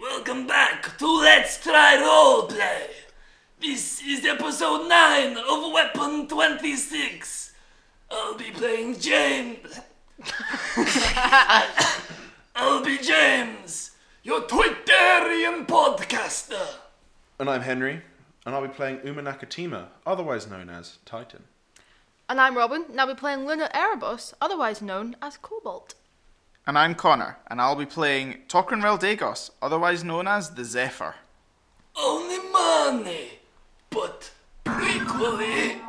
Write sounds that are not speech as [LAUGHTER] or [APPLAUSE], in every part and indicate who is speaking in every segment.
Speaker 1: welcome back to Let's Try Roleplay. This is episode 9 of Weapon 26. I'll be playing James. [LAUGHS] I'll be James, your Twitterian podcaster.
Speaker 2: And I'm Henry, and I'll be playing Uma Nakatima, otherwise known as Titan.
Speaker 3: And I'm Robin, and I'll be playing Luna Erebus, otherwise known as Cobalt.
Speaker 4: And I'm Connor, and I'll be playing Tokran Dagos, otherwise known as the Zephyr.
Speaker 1: Only money, but equally.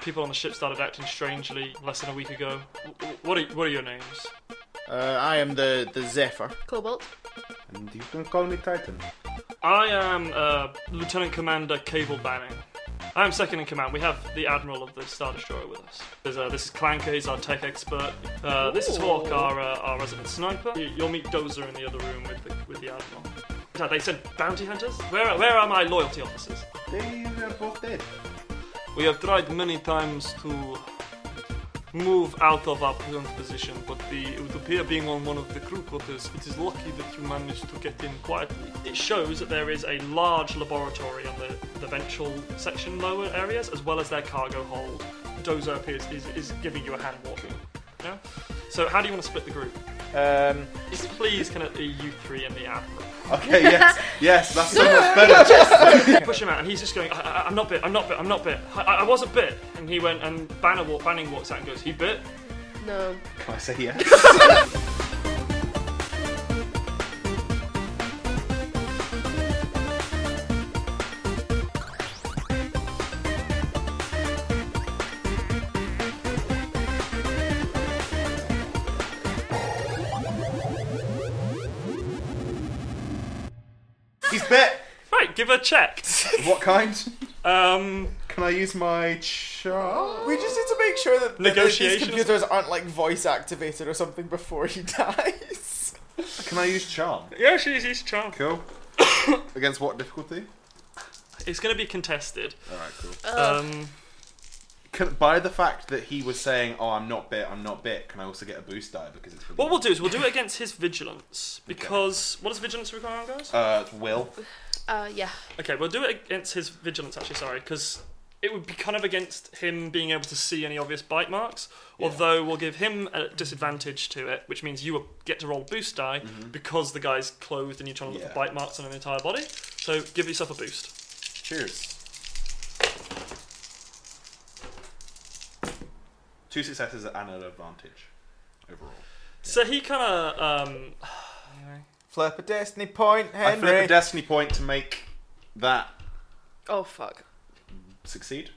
Speaker 5: people on the ship started acting strangely less than a week ago. W- w- What are, what are your names?
Speaker 4: Uh, I am the, the Zephyr.
Speaker 3: Cobalt.
Speaker 2: And you can call me Titan.
Speaker 5: I am uh, Lieutenant Commander Cable Banning. I am second in command. We have the Admiral of the Star Destroyer with us. There's, uh, this is Clanker, he's our tech expert. Uh, this is Hawk, our, uh, our resident sniper. You, you'll meet Dozer in the other room with the, with the Admiral. Yeah, They said bounty hunters? Where, where are my loyalty officers?
Speaker 2: They are both dead.
Speaker 5: We have tried many times to move out of our current position, but the, it would appear being on one of the crew quarters, it is lucky that you managed to get in quietly. It shows that there is a large laboratory on the, the ventral section lower areas, as well as their cargo hold. Dozer appears is, is giving you a hand walking. Yeah? So how do you want to split the group?
Speaker 2: Um,
Speaker 5: Just please can it be you three and the admiral?
Speaker 2: okay, yes, yes, that's so much better.
Speaker 5: push him out, and he's just going, I, I, I'm not bit, I'm not bit, I'm not bit. I, I I wasn't bit. And he went, and Banner walk, Banning walks out and goes, he bit.
Speaker 3: No.
Speaker 2: I say yes. He's bet.
Speaker 5: Right, give a check.
Speaker 2: What kind?
Speaker 5: Um,
Speaker 2: Can I use my charm?
Speaker 6: We just need to make sure that that these
Speaker 5: Negotiations?
Speaker 6: computers aren't like voice activated or something before he [LAUGHS] dies.
Speaker 2: Can I use charm?
Speaker 5: yeah, she's, she's charmed.
Speaker 2: [COUGHS] Cool. Against what difficulty?
Speaker 5: It's going to be contested.
Speaker 2: All right, cool.
Speaker 5: Um,
Speaker 2: Can, by the fact that he was saying, "Oh, I'm not bit, I'm not bit," can I also get a boost die because it's for
Speaker 5: what we'll do is we'll do it against his vigilance because what does vigilance require on guys?
Speaker 2: uh, it's will.
Speaker 3: Uh, yeah.
Speaker 5: Okay, we'll do it against his vigilance actually. Sorry, because it would be kind of against him being able to see any obvious bite marks. Although we'll give him a disadvantage to it, which means you will get to roll boost die because the guy's closed and you're trying to look
Speaker 2: Yeah.
Speaker 5: for bite marks on an entire body. So give yourself a boost.
Speaker 2: Cheers. Two successes and an advantage overall.
Speaker 5: So he kind of um,
Speaker 6: Flip a destiny point,
Speaker 2: I flip a
Speaker 6: Henry.
Speaker 2: destiny point to make that
Speaker 3: Oh, fuck.
Speaker 2: succeed.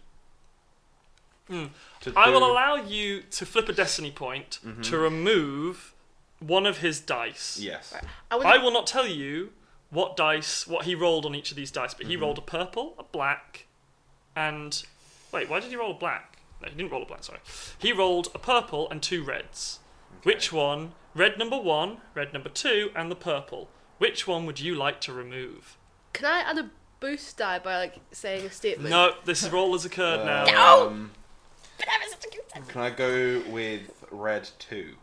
Speaker 2: To
Speaker 5: Hmm. I will
Speaker 2: do-
Speaker 5: allow you to flip a destiny point to remove one of his dice.
Speaker 2: Yes.
Speaker 3: I would
Speaker 5: I will not tell you what dice, what he rolled on each of these dice, but he rolled a purple, a black, and wait, why did he roll a black? No, he didn't roll a black. Sorry, he rolled a purple and two reds. Which one? Red number one, red number two, and the purple. Which one would you like to remove?
Speaker 3: Can I add a boost die by, like, saying a statement?
Speaker 5: No, this roll has occurred now.
Speaker 7: Oh!
Speaker 2: Um,
Speaker 3: But that was such a good sentence.
Speaker 2: can I go with red two?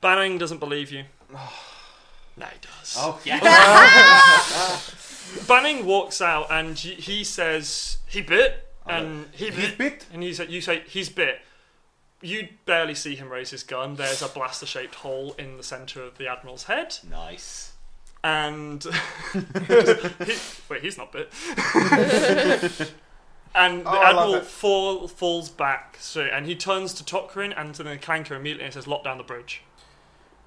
Speaker 5: Banning doesn't believe you. no, he does.
Speaker 6: Oh,
Speaker 2: Oh, yeah.
Speaker 5: Banning walks out and he- he says he bit and he bit,
Speaker 2: He Oh, bit?
Speaker 5: and he said you say he's bit. You barely see him raise his gun. There's a blaster-shaped hole in the center of the admiral's head,
Speaker 2: nice.
Speaker 5: and [LAUGHS] he, wait, he's not bit.
Speaker 2: [LAUGHS]
Speaker 5: and the
Speaker 2: Oh, I love
Speaker 5: admiral
Speaker 2: it.
Speaker 5: fall, falls back. So and he turns to Tokrin and to the Clanker immediately and says, "Lock down the bridge."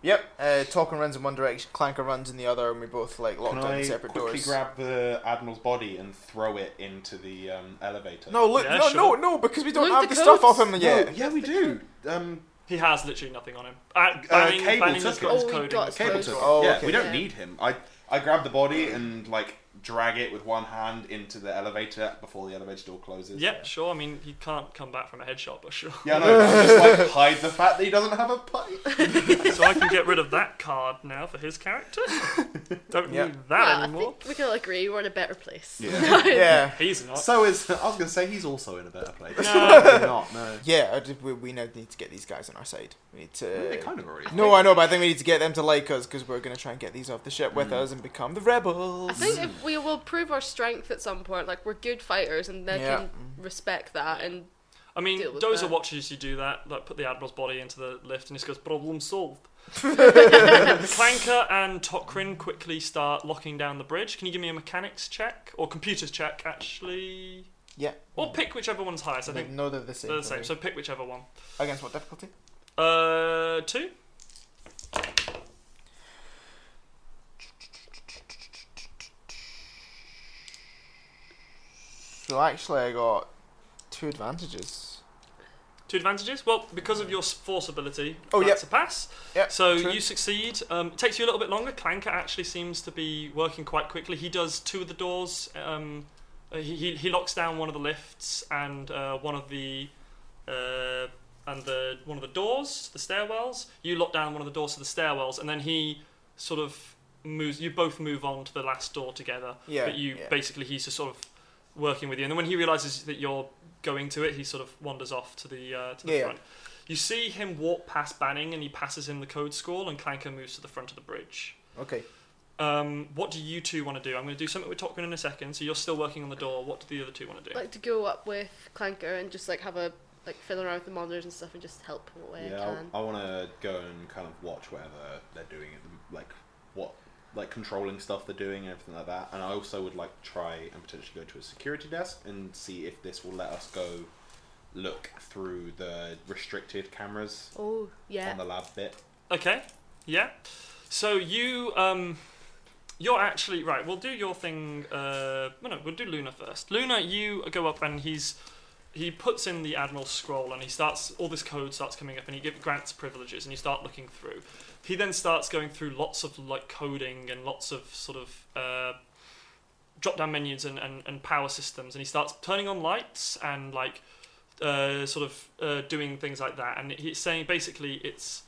Speaker 6: Yep. Uh, Tolkien runs in one direction, Clanker runs in the other, and we both like lock
Speaker 2: Can
Speaker 6: down
Speaker 2: I
Speaker 6: separate
Speaker 2: quickly
Speaker 6: doors.
Speaker 2: grab the admiral's body and throw it into the um, elevator?
Speaker 6: no, look,
Speaker 5: Yeah,
Speaker 6: no,
Speaker 5: sure.
Speaker 6: no, no, because we don't
Speaker 3: Loot
Speaker 6: have
Speaker 3: the
Speaker 6: the stuff off
Speaker 3: codes.
Speaker 6: him yet.
Speaker 2: Oh,
Speaker 3: [LAUGHS]
Speaker 2: yeah, we do. Um,
Speaker 5: He has literally nothing on him. Uh, Banning,
Speaker 2: Cable
Speaker 5: Banning has
Speaker 2: took
Speaker 5: got
Speaker 3: it.
Speaker 5: his
Speaker 3: Oh, he
Speaker 5: coding.
Speaker 3: got-
Speaker 2: Cable
Speaker 3: Close.
Speaker 2: took it.
Speaker 6: Oh,
Speaker 2: yeah,
Speaker 6: okay.
Speaker 2: we don't
Speaker 3: Yeah.
Speaker 2: need him. I I grab the body and like drag it with one hand into the elevator before the elevator door closes.
Speaker 5: Yeah, sure. I mean, he can't come back from a headshot, but sure.
Speaker 6: [LAUGHS]
Speaker 2: Yeah, no, just like hide the fact that he doesn't have a pipe.
Speaker 5: so I can get rid of that card now for
Speaker 6: [LAUGHS]
Speaker 5: his character. Don't
Speaker 6: Yeah.
Speaker 5: need that
Speaker 7: Well, I
Speaker 5: anymore.
Speaker 7: think we can all agree we're in a better place.
Speaker 2: [LAUGHS] Yeah.
Speaker 6: Yeah.
Speaker 5: He's not.
Speaker 2: so is [LAUGHS] I was going to say he's also in a better [LAUGHS] place. No, not no.
Speaker 6: Yeah, I did- we, we now need to get these guys on our side. We need
Speaker 2: They
Speaker 6: to.
Speaker 2: kind of already.
Speaker 6: No, I know, but I think we need to get them to like us because we're going to try and get these off the ship
Speaker 5: Hmm.
Speaker 6: with us and become the rebels.
Speaker 7: I think if we will prove our strength at some point, like we're good fighters, and they
Speaker 6: Yeah.
Speaker 7: can respect that. And
Speaker 5: I mean,
Speaker 7: Deal with
Speaker 5: Dozer
Speaker 7: that.
Speaker 5: watches you do that, like put the Admiral's body into the lift, and he just goes,
Speaker 6: [LAUGHS]
Speaker 5: problem solved. Clanker and Tokrin quickly start locking down the bridge. Can you give me a mechanics check? Or computers check, actually?
Speaker 6: Yeah.
Speaker 5: Or pick whichever one's highest, I think.
Speaker 6: no, they're Hmm. the same.
Speaker 5: They're the
Speaker 6: for
Speaker 5: same,
Speaker 6: me.
Speaker 5: so pick whichever one.
Speaker 6: Against what difficulty?
Speaker 5: Uh, two?
Speaker 6: So actually, I got two advantages.
Speaker 5: Two advantages. Well, because of your s- force ability,
Speaker 6: Oh,
Speaker 5: that's
Speaker 6: yep.
Speaker 5: a pass.
Speaker 6: Yep,
Speaker 5: So
Speaker 6: true.
Speaker 5: you succeed. Um, it takes you a little bit longer. Clanker actually seems to be working quite quickly. He does two of the doors. Um, uh, he, he he locks down one of the lifts and uh, one of the uh, and the one of the doors, the stairwells. You lock down one of the doors to the stairwells, and then he sort of moves. You both move on to the last door together.
Speaker 6: Yeah,
Speaker 5: But you
Speaker 6: yeah.
Speaker 5: basically he's just sort of working with you, and then when he realizes that you're going to it, he sort of wanders off to the uh, to the
Speaker 6: Yeah, yeah.
Speaker 5: front. You see him walk past Banning, and he passes him the code scroll, and Clanker moves to the front of the bridge.
Speaker 6: Okay.
Speaker 5: Um, what do you two want to do? I'm going to do something with Tokrin in a second. So you're still working on the door. What do the other two want to do?
Speaker 7: like to go up with Clanker and just like have a like fiddle around with the monitors and stuff and just help in what way I
Speaker 2: Yeah,
Speaker 7: can.
Speaker 2: I, want to go and kind of watch whatever they're doing, at the- like what, like controlling stuff they're doing and everything like that. And I also would like try and potentially go to a security desk and see if this will let us go look through the restricted cameras
Speaker 7: Oh yeah.
Speaker 2: on the lab bit. [LAUGHS]
Speaker 5: Okay. Yeah. So you um you're actually right, we'll do your thing uh well, no, we'll do Luna first. Luna, you go up and he's he puts in the Admiral's scroll and he starts all this code starts coming up and he gives grants privileges and you start looking through. He then starts going through lots of like coding and lots of sort of uh drop down menus and, and, and power systems and he starts turning on lights and like uh, sort of uh, doing things like that and he's saying basically it's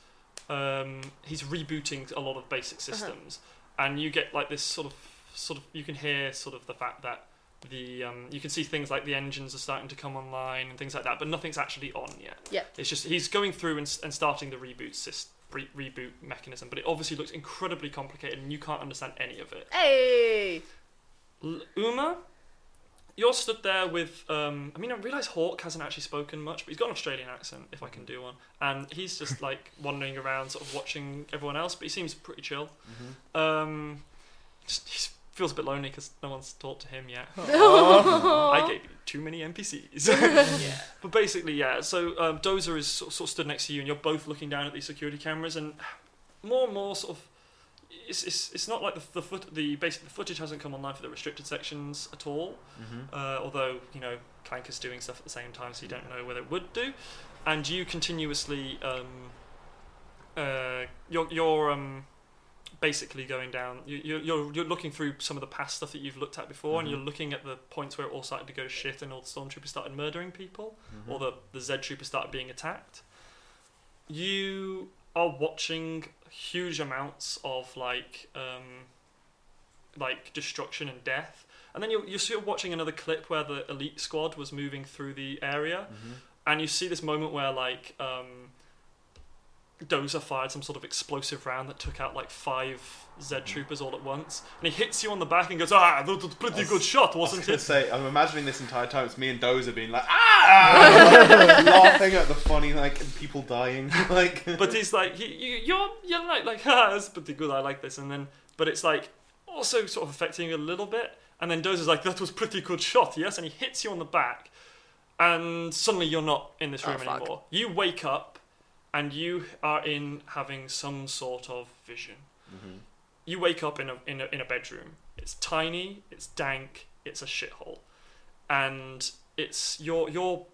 Speaker 5: um, he's rebooting a lot of basic systems, and you get like this sort of sort of you can hear sort of the fact that the um, you can see things like the engines are starting to come online and things like that, but nothing's actually on yet.
Speaker 7: Yeah.
Speaker 5: it's just he's going through and, s- and starting the reboot system. Re- reboot mechanism, but it obviously looks incredibly complicated, and you can't understand any of it.
Speaker 7: Hey.
Speaker 5: L- Uma, you're stood there with. Um, I mean, I realise Hawk hasn't actually spoken much, but he's got an Australian accent, if I can do one. And he's just like wandering around, sort of watching everyone else, but he seems pretty chill. Um, just, he feels a bit lonely because no one's talked to him yet. I gave you too many NPCs. But basically, yeah. So um, Dozer is sort, sort of stood next to you, and you're both looking down at these security cameras, and more and more sort of. It's, it's, it's not like the the foot the basic the footage hasn't come online for the restricted sections at all. Uh, although you know Clanker's doing stuff at the same time, so you don't know whether it would do. And you continuously, um, uh, you're you're um, basically going down. You, you're you're you're looking through some of the past stuff that you've looked at before, and you're looking at the points where it all started to go to shit, and all the stormtroopers started murdering people, or the the Z troopers started being attacked. You are watching huge amounts of like um, like destruction and death. And then you're, you're sort of watching another clip where the elite squad was moving through the area, and you see this moment where like um, Dozer fired some sort of explosive round that took out like five Z troopers all at once, and he hits you on the back and goes, "Ah, that was a pretty good shot,
Speaker 2: I was
Speaker 5: wasn't
Speaker 2: gonna
Speaker 5: it?"
Speaker 2: say, I'm imagining this entire time it's me and Dozer being like, ah, [LAUGHS] laughing at the funny like people dying, [LAUGHS] like.
Speaker 5: but he's like, he, you, you're, you're like, like, [LAUGHS] ah, that's pretty good. I like this. And then, but it's like also sort of affecting you a little bit. And then Dozer's like, that was pretty good shot, yes. And he hits you on the back, and suddenly you're not in this
Speaker 7: Oh,
Speaker 5: room
Speaker 7: fuck.
Speaker 5: anymore. You wake up, and you are in having some sort of vision. You wake up in a, in a in a bedroom. It's tiny. It's dank. It's a shithole, and it's your your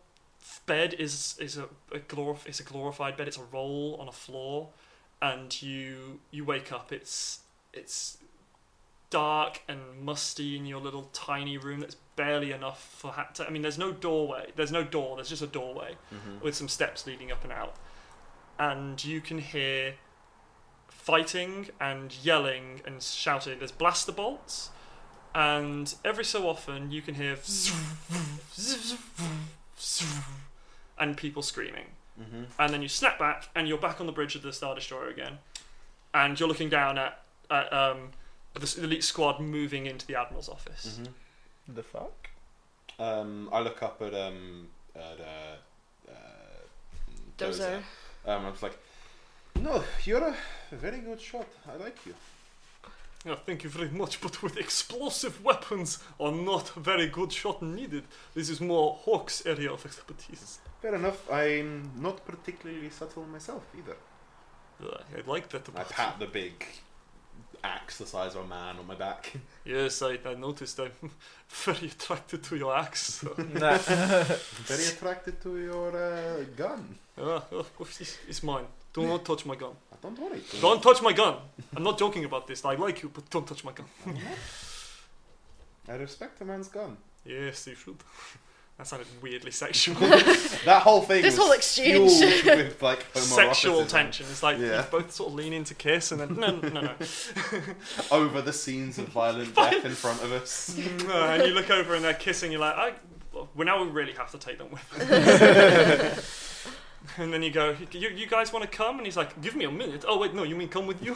Speaker 5: bed is is a, a glorif- it's a glorified bed. It's a roll on a floor, and you you wake up. It's it's dark and musty in your little tiny room. That's barely enough for ha- to, I mean, there's no doorway. There's no door. There's just a doorway with some steps leading up and out, and you can hear fighting and yelling and shouting. There's blaster bolts, and every so often you can hear [LAUGHS] and people screaming.
Speaker 2: Mhm.
Speaker 5: And then you snap back, and you're back on the bridge of the Star Destroyer again, and you're looking down at at um, the s- the elite squad moving into the admiral's office.
Speaker 7: Mm-hmm.
Speaker 6: The fuck?
Speaker 2: Um, I look up at um at uh, uh
Speaker 3: Dozer.
Speaker 2: Um, I was like, no, you're a very good shot. I like you.
Speaker 5: Mm-hmm. Yeah, thank you very much, but with explosive weapons are not very good shot needed. This is more Hawk's area of expertise.
Speaker 2: Fair enough. I'm not particularly subtle myself either.
Speaker 5: Uh, I like that
Speaker 2: I
Speaker 5: about you.
Speaker 2: pat the big axe the size of a man on my back. [LAUGHS]
Speaker 5: Yes, I, I noticed I'm [LAUGHS] very attracted to your axe. [LAUGHS] so-
Speaker 2: very attracted to your uh, gun.
Speaker 5: Ah, oh, it's, it's mine. Do not touch my gun.
Speaker 2: Don't worry.
Speaker 5: Don't touch my gun! I'm not joking about this. I like you, but don't touch my gun.
Speaker 2: I respect a man's gun.
Speaker 5: Yes, you should. [LAUGHS] That sounded weirdly
Speaker 2: [LAUGHS]
Speaker 5: sexual.
Speaker 2: That whole thing.
Speaker 7: This
Speaker 2: was
Speaker 7: whole exchange.
Speaker 2: fueled with like
Speaker 5: sexual
Speaker 2: homoeroticism
Speaker 5: tension. It's like
Speaker 2: Yeah.
Speaker 5: you both sort of lean in to kiss and then, no,
Speaker 2: [LAUGHS]
Speaker 5: no, no.
Speaker 2: over the scenes of
Speaker 5: [LAUGHS]
Speaker 2: violent death in front of us.
Speaker 5: Uh, and you look over and they're kissing. You're like, I. Well, now we really have to take them with.
Speaker 2: [LAUGHS]
Speaker 5: us." and then you go, you, you guys want to come? And he's like, give me a minute. Oh wait, no, you mean come with
Speaker 2: [LAUGHS]
Speaker 5: you?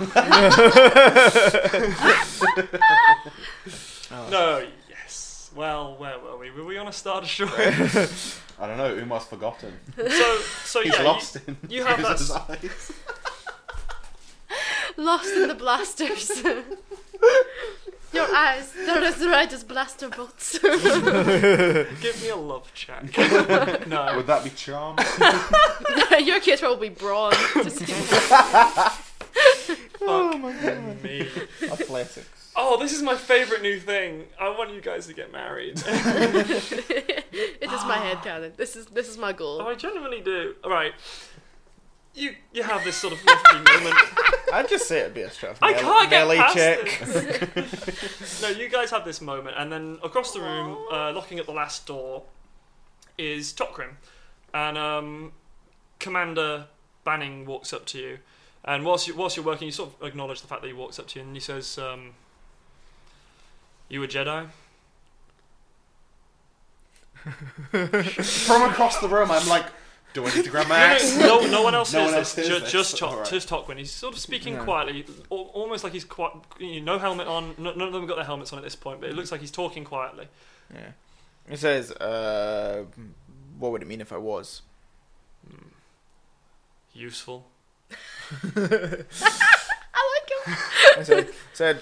Speaker 5: no. Yes. Well, where were we? Were we on a star destroyer?
Speaker 2: [LAUGHS] I don't know. Umar's forgotten.
Speaker 5: so, so
Speaker 2: He's
Speaker 5: yeah. you-
Speaker 2: lost
Speaker 5: [LAUGHS]
Speaker 2: in
Speaker 5: you have that-
Speaker 2: his eyes.
Speaker 7: Lost in the blasters. [LAUGHS] Your eyes, they're as red as blaster bolts.
Speaker 5: give me a love check. no.
Speaker 2: [LAUGHS] Would that be charm?
Speaker 7: [LAUGHS] Your kids probably brawn. [LAUGHS]
Speaker 5: Oh my god. [LAUGHS] Me.
Speaker 6: Athletics.
Speaker 5: Oh, this is my favorite new thing. I want you guys to get married.
Speaker 7: it is my head cannon. This is this is my
Speaker 5: Oh,
Speaker 7: goal.
Speaker 5: [LAUGHS] I genuinely do. All right. You you have this sort of [LAUGHS] lovely moment.
Speaker 6: I'd just say it'd be a strip.
Speaker 5: I can't get
Speaker 6: melee
Speaker 5: past
Speaker 6: check.
Speaker 5: this. no, you guys have this moment, and then across the room, uh, locking at the last door, is Tokrim, and um, Commander Banning walks up to you, and whilst you whilst you're working, you sort of acknowledge the fact that he walks up to you, and he says, um, "You a Jedi?"
Speaker 2: From across the room, I'm like, do I need to
Speaker 5: [LAUGHS]
Speaker 2: grab my
Speaker 5: No,
Speaker 2: axe?
Speaker 5: No, no, no one else
Speaker 2: No
Speaker 5: says
Speaker 2: one else
Speaker 5: this.
Speaker 2: says
Speaker 5: Ju-
Speaker 2: this.
Speaker 5: Just talk.
Speaker 2: Alright.
Speaker 5: Just talk when he's sort of speaking quietly, al- almost like he's quite. You know, no helmet on. No, none of them got their helmets on at this point, but it looks like he's talking quietly.
Speaker 6: Yeah. It says, uh, what would it mean if I was?
Speaker 5: Useful.
Speaker 6: [LAUGHS] I said, said,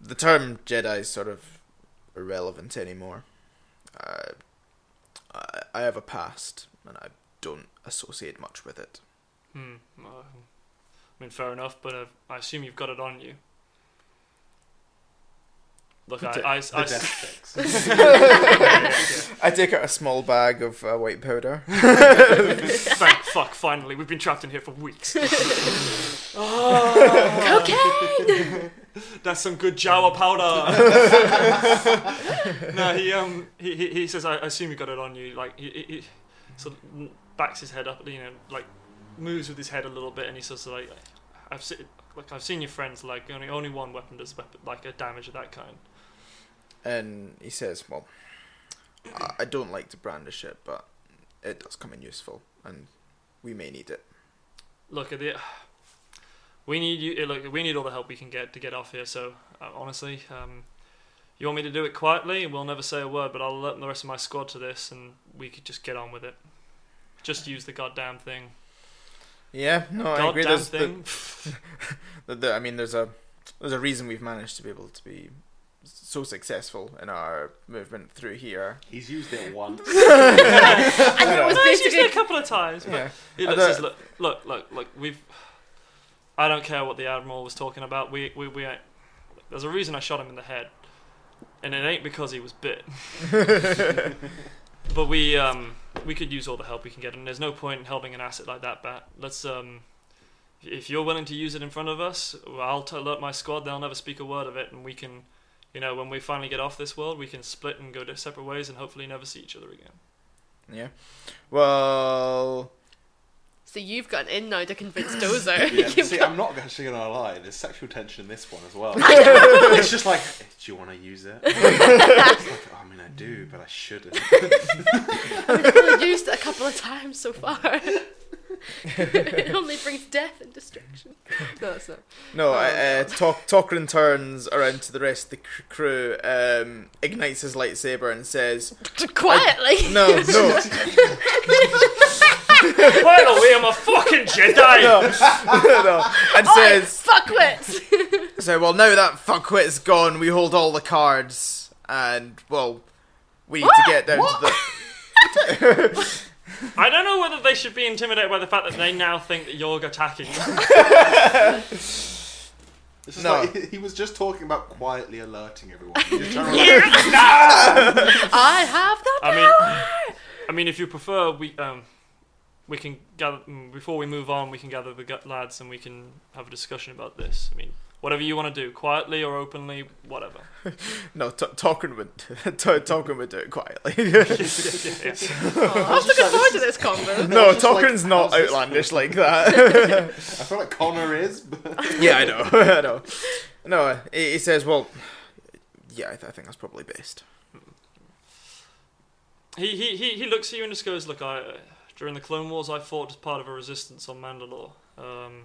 Speaker 6: the term Jedi is sort of irrelevant anymore. Uh, I, I have a past, and I don't associate much with it.
Speaker 5: Hmm. well, I mean, fair enough, but uh, I assume you've got it on you. Look, I,
Speaker 6: The-
Speaker 5: I, I,
Speaker 2: The death sticks.
Speaker 6: I take out a small bag of uh, white powder.
Speaker 5: thank fuck. Finally, we've been trapped in here for weeks.
Speaker 7: Cocaine!
Speaker 5: That's some good Jawa powder. no, he um he, he, he says I I assume you got it on you. Like he, he, he sort of backs his head up, you know, like moves with his head a little bit, and he says like I've seen like I've seen your friends like only only one weapon does weapon like a damage of that kind.
Speaker 6: And he says, Well, I, I don't like to brandish it, but it does come in useful, and we may need it.
Speaker 5: Look at the we need you. eh, Look, we need all the help we can get to get off here. So uh, honestly, um. You want me to do it quietly? We'll never say a word, but I'll alert the rest of my squad to this, and we could just get on with it. Just use the goddamn thing.
Speaker 6: Yeah, no, Oh, I agree.
Speaker 5: goddamn
Speaker 6: There's the-
Speaker 5: thing.
Speaker 6: the, the, I mean, there's a there's a reason we've managed to be able to be so successful in our movement through here.
Speaker 2: He's used it once.
Speaker 7: and it was
Speaker 5: No, it's used it a
Speaker 7: basically
Speaker 5: couple of times. But
Speaker 6: Yeah.
Speaker 5: it
Speaker 6: I
Speaker 5: looks
Speaker 6: don't-
Speaker 5: as- look, look, look, look, we've. I don't care what the admiral was talking about. We, we, we ain't. There's a reason I shot him in the head, and it ain't because he
Speaker 6: [LAUGHS]
Speaker 5: was bit. but we, um, we could use all the help we can get, and there's no point in holding an asset like that back. Let's, um, if you're willing to use it in front of us, well, I'll t- alert my squad. They'll never speak a word of it, and we can, you know, when we finally get off this world, we can split and go to
Speaker 6: [LAUGHS]
Speaker 5: separate ways, and hopefully never see each other again.
Speaker 6: Yeah. Well,
Speaker 7: So you've got an in now to convince Dozer.
Speaker 5: [LAUGHS]
Speaker 2: Yeah,
Speaker 7: You've
Speaker 2: see,
Speaker 7: got-
Speaker 2: I'm not actually gonna lie. There's sexual tension in this one as
Speaker 5: [LAUGHS]
Speaker 2: well. it's just like, do you want to use it? [LAUGHS] It's like, I mean, I do, but I shouldn't.
Speaker 7: I've only used it a couple of times so far. it only brings death and destruction. No, it's not.
Speaker 4: No,
Speaker 5: Um,
Speaker 4: I- uh, Tok- Tokran turns around to the rest of the cr- crew, um, ignites his lightsaber, and says,
Speaker 7: Quietly.
Speaker 4: "No,
Speaker 7: [LAUGHS]
Speaker 4: no,
Speaker 5: By the way, I'm a fucking Jedi.
Speaker 4: no!" And
Speaker 7: Oi,
Speaker 4: says,
Speaker 7: fuckwits!
Speaker 4: "So well, now that fuckwit's gone, we hold all the cards, and well, we need to get down to the."
Speaker 5: I don't know whether they should be intimidated by the fact that they now think that you're attacking. them.
Speaker 2: It's just
Speaker 4: No.
Speaker 2: like, he, he was just talking about quietly alerting everyone. He just
Speaker 5: [LAUGHS]
Speaker 2: turned around-
Speaker 7: I have the
Speaker 5: I mean, I mean, if you prefer, we um, we can gather mm, before we move on. We can gather the gu- lads and we can have a discussion about this. I mean, whatever you want to do, quietly or openly, whatever.
Speaker 4: No, t- Tokran would [LAUGHS] t- Tokran would do it quietly.
Speaker 5: Yeah, yeah.
Speaker 7: I was looking forward to this
Speaker 4: [LAUGHS]
Speaker 7: combo.
Speaker 4: no,
Speaker 2: It's just like-
Speaker 4: Tokran's not
Speaker 2: how's this-
Speaker 4: outlandish like that.
Speaker 2: I feel like Connor is, but
Speaker 4: yeah, I know, [LAUGHS] I know. No, he, he says, "Well, yeah, I, th- I think that's probably best."
Speaker 5: He, he he he looks at you and just goes, "Look, I uh, during the Clone Wars, I fought as part of a resistance on Mandalore. Um,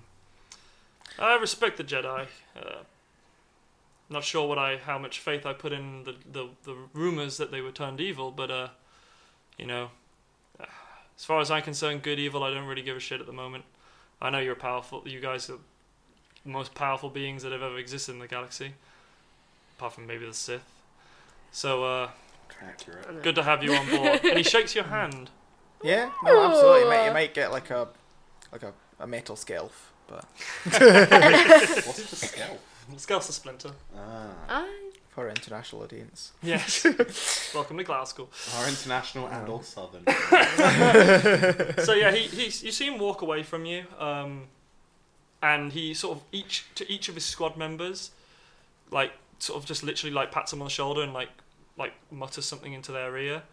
Speaker 5: I respect the Jedi. Uh, not sure what I how much faith I put in the the, the rumors that they were turned evil, but uh, you know, uh, as far as I'm concerned, good evil, I don't really give a shit at the moment. I know you're powerful. You guys are the most powerful beings that have ever existed in the galaxy, apart from maybe the Sith. So." uh...
Speaker 2: accurate.
Speaker 5: Good to have you on board. And he shakes your hand.
Speaker 4: Yeah, no, absolutely. You might, you
Speaker 7: Aw.
Speaker 4: might get like a like a, a metal skelf, but
Speaker 7: [LAUGHS]
Speaker 2: What's the scale?
Speaker 5: Scouse the splinter.
Speaker 2: Ah,
Speaker 7: I
Speaker 4: for our international audience.
Speaker 5: Yes. Welcome to Glasgow.
Speaker 2: our international and all southern.
Speaker 5: So yeah, he, he you see him walk away from you, um, and he sort of each to each of his squad members, like sort of just literally like pats him on the shoulder and like like mutters something into their ear.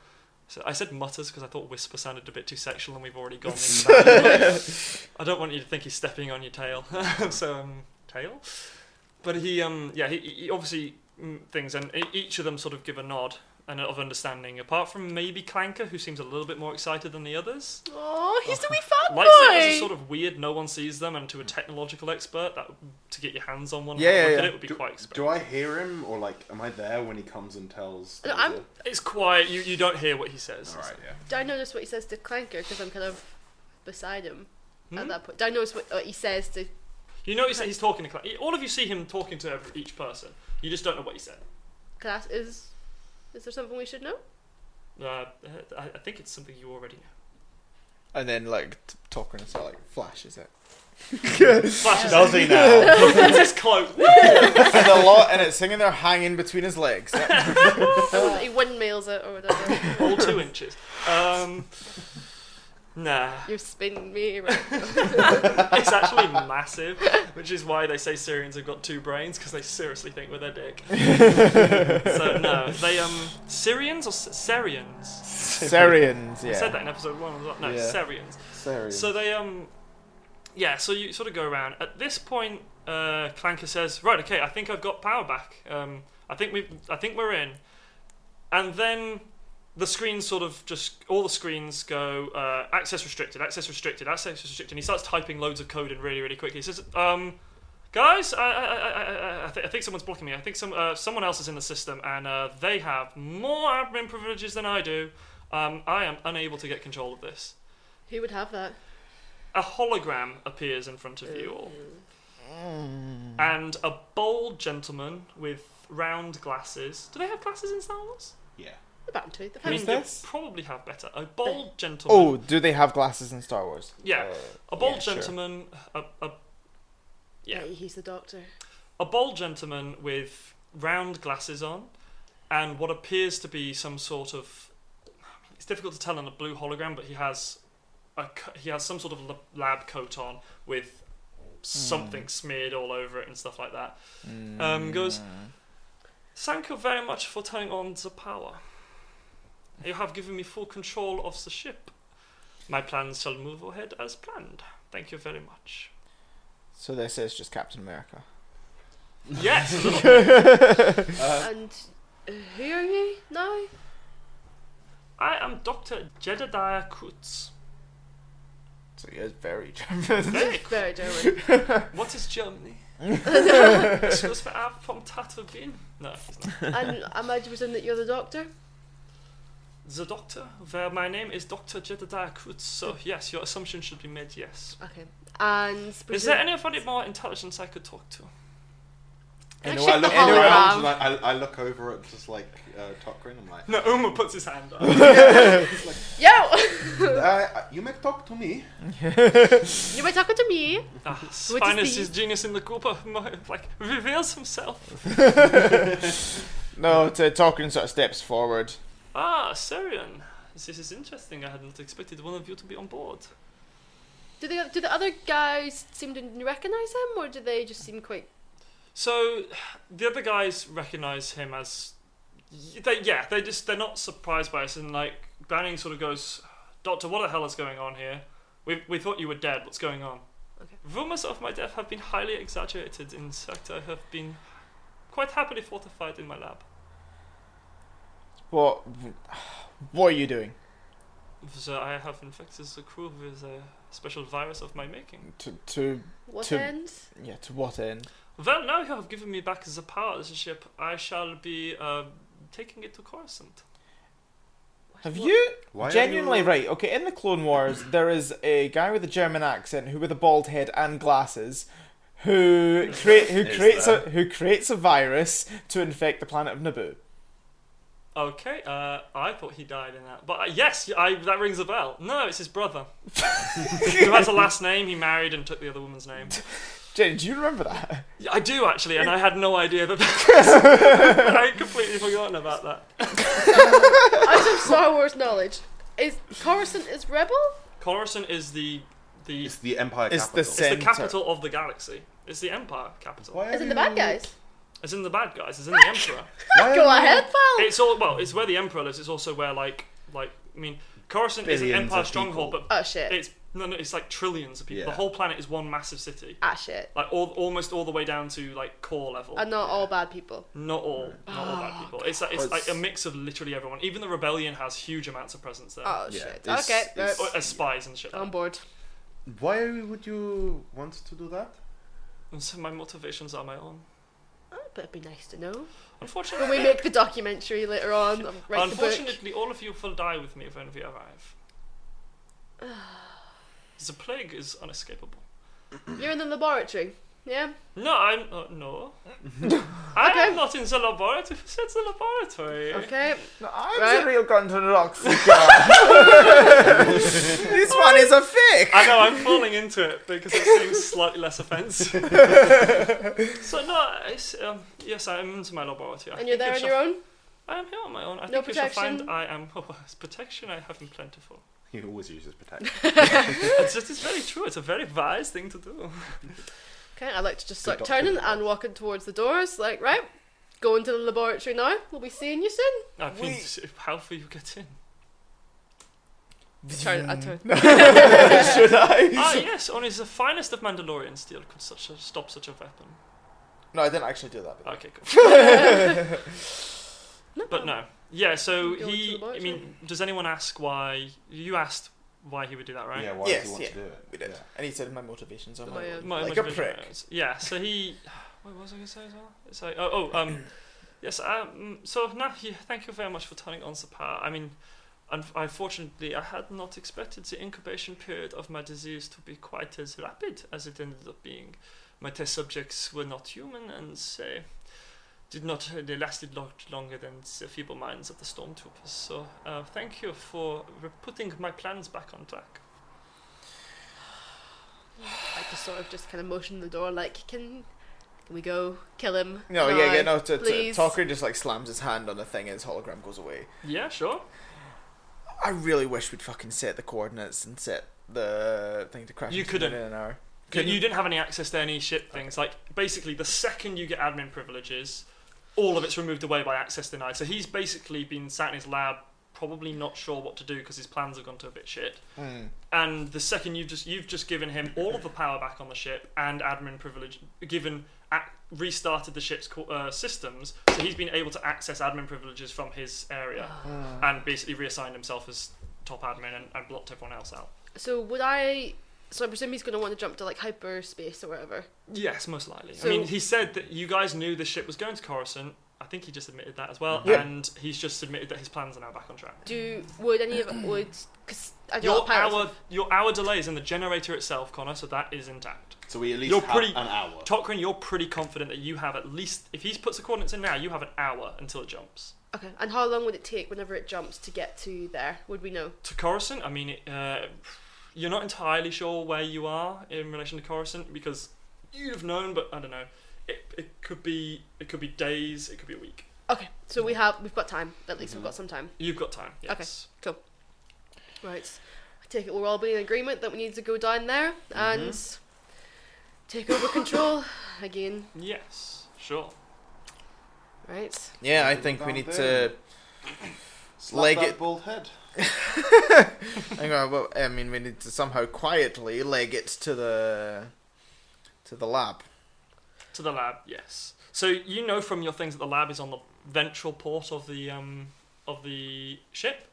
Speaker 5: So I said mutters because I thought whisper sounded a bit too sexual, and we've already gone. into that. I don't want you to think he's stepping on your tail. [LAUGHS] so um, tail. But he um yeah he, he obviously mm, things and e- each of them sort of give a nod and of understanding. Apart from maybe Clanker, who seems a little bit more excited than the others.
Speaker 7: Oh, he's the wee fat boy.
Speaker 5: Lightsabers are sort of weird. No one sees them, and to a technological expert, that to get your hands on one, and
Speaker 4: Yeah,
Speaker 5: have a
Speaker 4: yeah,
Speaker 5: look at
Speaker 4: yeah.
Speaker 5: [LAUGHS] it would be
Speaker 2: Do,
Speaker 5: quite expensive.
Speaker 2: do I hear him or like am I there when he comes and tells?
Speaker 7: No, I'm-
Speaker 2: All
Speaker 5: It's quiet. You you don't hear what he says.
Speaker 2: right, yeah.
Speaker 7: Do I notice what he says to Clanker because I'm kind of beside him
Speaker 5: Hmm?
Speaker 7: at that point? Do I notice what, what he says to?
Speaker 5: You notice that he's talking to Cla- all of you. See him talking to every, each person. You just don't know what he said.
Speaker 7: Can I ask, is is there something we should know?
Speaker 5: Uh, I, I think it's something you already know. [LAUGHS]
Speaker 4: And then like t- Tokran sort of like flashes it.
Speaker 5: [LAUGHS] Flashes.
Speaker 2: Does he now?
Speaker 7: [LAUGHS]
Speaker 5: It's his cloak.
Speaker 4: There's a lot, and it's hanging there, hanging between his
Speaker 5: [LAUGHS]
Speaker 4: legs.
Speaker 7: Oh, he windmills it or whatever. [LAUGHS]
Speaker 5: All two inches. Um, nah.
Speaker 7: you spin me. Right?
Speaker 5: It's actually massive, which is why they say Syrians have got two brains because they seriously think with their dick. so no, they um Syrians or S- Syrians?
Speaker 4: Syrians, yeah.
Speaker 5: I said that in episode one. as well. No,
Speaker 4: Yeah.
Speaker 5: Syrians. So they um yeah, so you sort of go around. At this point, uh, Clanker says, "Right, okay, I think I've got power back. Um, I think we, I think we're in." And then the screens sort of just all the screens go uh, access restricted, access restricted, access restricted. And he starts typing loads of code in really, really quickly. He says, um, "Guys, I, I, I, I- I, I, th- I think someone's blocking me. I think some uh, someone else is in the system, and uh, they have more admin privileges than I do. Um, I am unable to get control of this."
Speaker 7: Who would have that?
Speaker 5: a hologram appears in front of you all.
Speaker 4: Mm.
Speaker 5: And a bold gentleman with round glasses. Do they have glasses in Star Wars?
Speaker 2: Yeah.
Speaker 7: The banter. The
Speaker 5: I mean,
Speaker 7: banter.
Speaker 5: they
Speaker 4: this?
Speaker 5: probably have better. A bold gentleman.
Speaker 4: Oh, do they have glasses in Star Wars?
Speaker 5: Yeah.
Speaker 4: Uh,
Speaker 5: a bold
Speaker 4: sure.
Speaker 5: gentleman. A, a, yeah.
Speaker 7: he's the doctor.
Speaker 5: A bold gentleman with round glasses on and what appears to be some sort of. It's difficult to tell in a blue hologram, but he has a, co- he has some sort of lab- lab coat on with something
Speaker 4: Mm.
Speaker 5: smeared all over it and stuff like that.
Speaker 6: Uh, mm.
Speaker 5: Um, goes, Thank you very much for turning on the power. You have given me full control of the ship. My plans shall move ahead as planned. Thank you very much.
Speaker 6: So this is just Captain America.
Speaker 5: Yes! Uh-huh.
Speaker 7: and uh, who are you now?
Speaker 5: I am Dr. Jedediah Kutz.
Speaker 6: So he is very [LAUGHS] German.
Speaker 7: Very
Speaker 5: [LAUGHS]
Speaker 7: German.
Speaker 5: What is Germany? It's just where I'm from Tatooine. No, it's not.
Speaker 7: and I imagine was in that you're the doctor.
Speaker 5: The doctor, where my name is Dr. Jedediah Kutz, so yes, your assumption should be made yes.
Speaker 7: Okay. And
Speaker 5: Is there anybody more intelligent I could talk to?
Speaker 2: You
Speaker 3: Like,
Speaker 2: know,
Speaker 3: check
Speaker 2: I look
Speaker 3: the
Speaker 2: around
Speaker 3: hologram.
Speaker 2: and I, I, I look over at just like uh, Tokrin. I'm like,
Speaker 5: No, Uma puts his hand up.
Speaker 7: Yo,
Speaker 2: uh, you may talk to me.
Speaker 7: you were talking to me.
Speaker 5: ah,
Speaker 7: What is
Speaker 5: Spinus
Speaker 7: the-
Speaker 5: is genius in the group, uh, mo- like, [LAUGHS] reveals himself.
Speaker 6: no, to Tolkien sort of steps forward.
Speaker 5: Ah, Sarian. This is interesting. I had not expected one of you to be on board.
Speaker 7: Do the do the other guys seem to recognise him, or do they just seem quite?
Speaker 5: So, the other guys recognize him as. y- They, yeah, they just they're not surprised by us, and like Banning sort of goes, "Doctor, what the hell is going on here? We we thought you were dead. What's going on?"
Speaker 7: Okay.
Speaker 5: Rumors of my death have been highly exaggerated. In fact, I have been quite happily fortified in my lab.
Speaker 6: What? [SIGHS] What are you doing?
Speaker 5: So I have infected the crew with a special virus of my making.
Speaker 6: To to
Speaker 7: What
Speaker 6: To-
Speaker 7: ends?
Speaker 6: yeah. To what end?
Speaker 5: Well, now you have given me back the power of the ship, I shall be uh, taking it to Coruscant.
Speaker 6: Have
Speaker 7: What-
Speaker 6: you
Speaker 2: Why are
Speaker 6: genuinely
Speaker 2: you-
Speaker 6: right? Okay, in the Clone Wars, there is a guy with a German accent who, with a bald head and glasses, who create who
Speaker 2: Is
Speaker 6: creates
Speaker 2: there?
Speaker 6: a who creates a virus to infect the planet of Naboo.
Speaker 5: Okay, uh, I thought he died in that. But uh, yes, I, that rings a bell. No, it's his brother. who has a last name he married and took the other woman's name.
Speaker 6: Jenny, do you remember that?
Speaker 5: Yeah, I do, actually, and I had no idea that [LAUGHS] I had completely forgotten about that.
Speaker 7: Out of Star Wars knowledge, is Coruscant is rebel?
Speaker 5: Coruscant is the, the,
Speaker 2: It's the Empire
Speaker 6: It's the
Speaker 2: capital.
Speaker 6: same-
Speaker 5: it's the
Speaker 6: Center.
Speaker 5: capital of the galaxy. It's the Empire capital.
Speaker 2: Why are
Speaker 7: Is it the bad
Speaker 2: you-
Speaker 7: guys?
Speaker 5: It's in the bad guys, it's in the Emperor.
Speaker 2: why are
Speaker 7: Go
Speaker 2: you-
Speaker 7: ahead, pal.
Speaker 5: It's all well. It's where the emperor lives. It's also where like like I mean, Coruscant is an
Speaker 2: Billions
Speaker 5: empire
Speaker 2: of
Speaker 5: stronghold,
Speaker 2: people.
Speaker 5: but
Speaker 7: Oh shit.
Speaker 5: it's no, no. It's like trillions of people. The
Speaker 2: Yeah.
Speaker 5: whole planet is one massive city.
Speaker 7: Ah shit.
Speaker 5: Like all, almost all the way down to like core level.
Speaker 7: Are not all bad people.
Speaker 5: not all, not all
Speaker 7: Ah.
Speaker 5: bad people. It's like, it's like a mix of literally everyone. Even the rebellion has huge amounts of presence there,
Speaker 7: Oh
Speaker 2: Yeah,
Speaker 7: shit.
Speaker 2: it's-
Speaker 7: okay,
Speaker 2: it's-
Speaker 7: right.
Speaker 5: Or as spies and shit. like
Speaker 7: on board.
Speaker 2: Why would you want to do that? [LAUGHS]
Speaker 5: that. And so my motivations are my own.
Speaker 7: But it'd be nice to know.
Speaker 5: Unfortunately,
Speaker 7: When we make the documentary later on, I'll write the book.
Speaker 5: Unfortunately, all of you will die with me when we
Speaker 7: [SIGHS]
Speaker 5: arrive. the plague is unescapable.
Speaker 7: You're in the laboratory. Yeah.
Speaker 5: No, I'm uh, no. I am not in the laboratory. Who said the laboratory?
Speaker 7: Okay.
Speaker 6: No, I'm
Speaker 7: Right.
Speaker 6: a real Gunther Rocks [LAUGHS] guy. this one is a fake.
Speaker 5: I know I'm falling into it because it seems slightly less offensive. so no, it's, um, yes, I'm into my laboratory. I
Speaker 7: And you're there
Speaker 5: think I
Speaker 7: on
Speaker 5: shall-
Speaker 7: your own?
Speaker 5: I am here on my own. I
Speaker 7: No
Speaker 5: think you shall
Speaker 7: protection?
Speaker 5: find I am [LAUGHS] oh, it's protection. I have
Speaker 7: [LAUGHS]
Speaker 5: in plentiful.
Speaker 2: He always uses protection.
Speaker 5: it's just it's very true. It's a very wise thing to do.
Speaker 7: Okay, I'd like to just
Speaker 2: Good
Speaker 7: start
Speaker 2: doctor,
Speaker 7: turning
Speaker 2: good
Speaker 7: and walking towards the doors, like, right, going to the laboratory now. We'll be seeing you soon.
Speaker 5: I mean,
Speaker 6: [LAUGHS]
Speaker 5: how will you get in?
Speaker 7: Turn, I turn.
Speaker 5: ah yes, only the finest of Mandalorian steel could such a, stop such a weapon.
Speaker 6: No, I didn't actually do that. but-
Speaker 5: Okay, cool. but no. Yeah, so
Speaker 7: Go into
Speaker 5: he.
Speaker 7: the
Speaker 5: I
Speaker 7: boat,
Speaker 5: mean, does anyone ask why. You asked why he would do that, right?
Speaker 2: Yeah, why
Speaker 6: Yes,
Speaker 2: do you want
Speaker 6: yeah.
Speaker 2: to do it?
Speaker 6: We did.
Speaker 2: Yeah.
Speaker 6: And he said my motivations are
Speaker 7: My,
Speaker 6: my
Speaker 7: uh,
Speaker 6: own.
Speaker 5: My-
Speaker 6: like
Speaker 5: my
Speaker 6: a
Speaker 5: division
Speaker 6: prick.
Speaker 5: knows. Yeah, so he. What was I going to say as well? It's like, oh, oh, um. yes, um. So now, yeah, thank you very much for turning on the power. I mean, un- unfortunately, I had not expected the incubation period of my disease to be quite as rapid as it ended up being. My test subjects were not human, and say. Did not. They lasted lot longer than the feeble minds of the stormtroopers. So, uh, thank you for re- putting my plans back on track.
Speaker 7: I just sort of just kind of motion the door, like, can can we go kill him?
Speaker 6: No,
Speaker 7: now,
Speaker 6: yeah, yeah, no. To, to,
Speaker 7: please.
Speaker 6: Talker just like slams his hand on the thing and his hologram goes away.
Speaker 5: Yeah, sure.
Speaker 6: I really wish we'd fucking set the coordinates and set the thing to crash.
Speaker 5: You
Speaker 6: into
Speaker 5: couldn't.
Speaker 6: in an hour.
Speaker 5: Yeah, you didn't have any access to any shit things. Like basically, the second you get admin privileges, all of it's removed away by access denied. So he's basically been sat in his lab probably not sure what to do because his plans have gone to a bit shit. And the second you just you've just given him all of the power back on the ship and admin privilege, given ac restarted the ship's co- uh, systems, so he's been able to access admin privileges from his area and basically reassigned himself as top admin and, and blocked everyone else out.
Speaker 7: So would I? So I presume he's going to want to jump to like hyperspace or whatever.
Speaker 5: Yes, most likely.
Speaker 7: So-
Speaker 5: I mean, he said that you guys knew the ship was going to Coruscant. I think he just admitted that as well,
Speaker 6: Yeah.
Speaker 5: and he's just admitted that his plans are now back on track.
Speaker 7: Do would any of [CLEARS THROAT] would because I don't know
Speaker 5: Your
Speaker 7: pilots.
Speaker 5: hour, your hour delay is in the generator itself, Connor, so that is intact.
Speaker 2: So we at least
Speaker 5: You're
Speaker 2: have
Speaker 5: pretty-
Speaker 2: an hour.
Speaker 5: Tokrin, you're pretty confident that you have at least, if he puts the coordinates in now, you have an hour until it jumps.
Speaker 7: Okay, and how long would it take whenever it jumps to get to there? Would we know?
Speaker 5: To Coruscant, I mean, it, uh, you're not entirely sure where you are in relation to Coruscant because you'd have known, but I don't know. It, it could be it could be days, it could be a week.
Speaker 7: Okay, so we have we've got time. At least we've got some time.
Speaker 5: You've got time. Yes.
Speaker 7: Cool. Right. I take it we're all been in agreement that we need to go down there and
Speaker 5: Mm-hmm.
Speaker 7: take over control again.
Speaker 5: Yes. Sure.
Speaker 7: Right.
Speaker 6: Yeah, I think we need to.
Speaker 2: Slap
Speaker 6: Leg
Speaker 2: that
Speaker 6: it-
Speaker 2: bald head.
Speaker 6: Hang on, well, I mean, we need to somehow quietly leg it to the to the lab.
Speaker 5: To the lab. Yes. So you know from your things that the lab is on the ventral port of the um of the ship.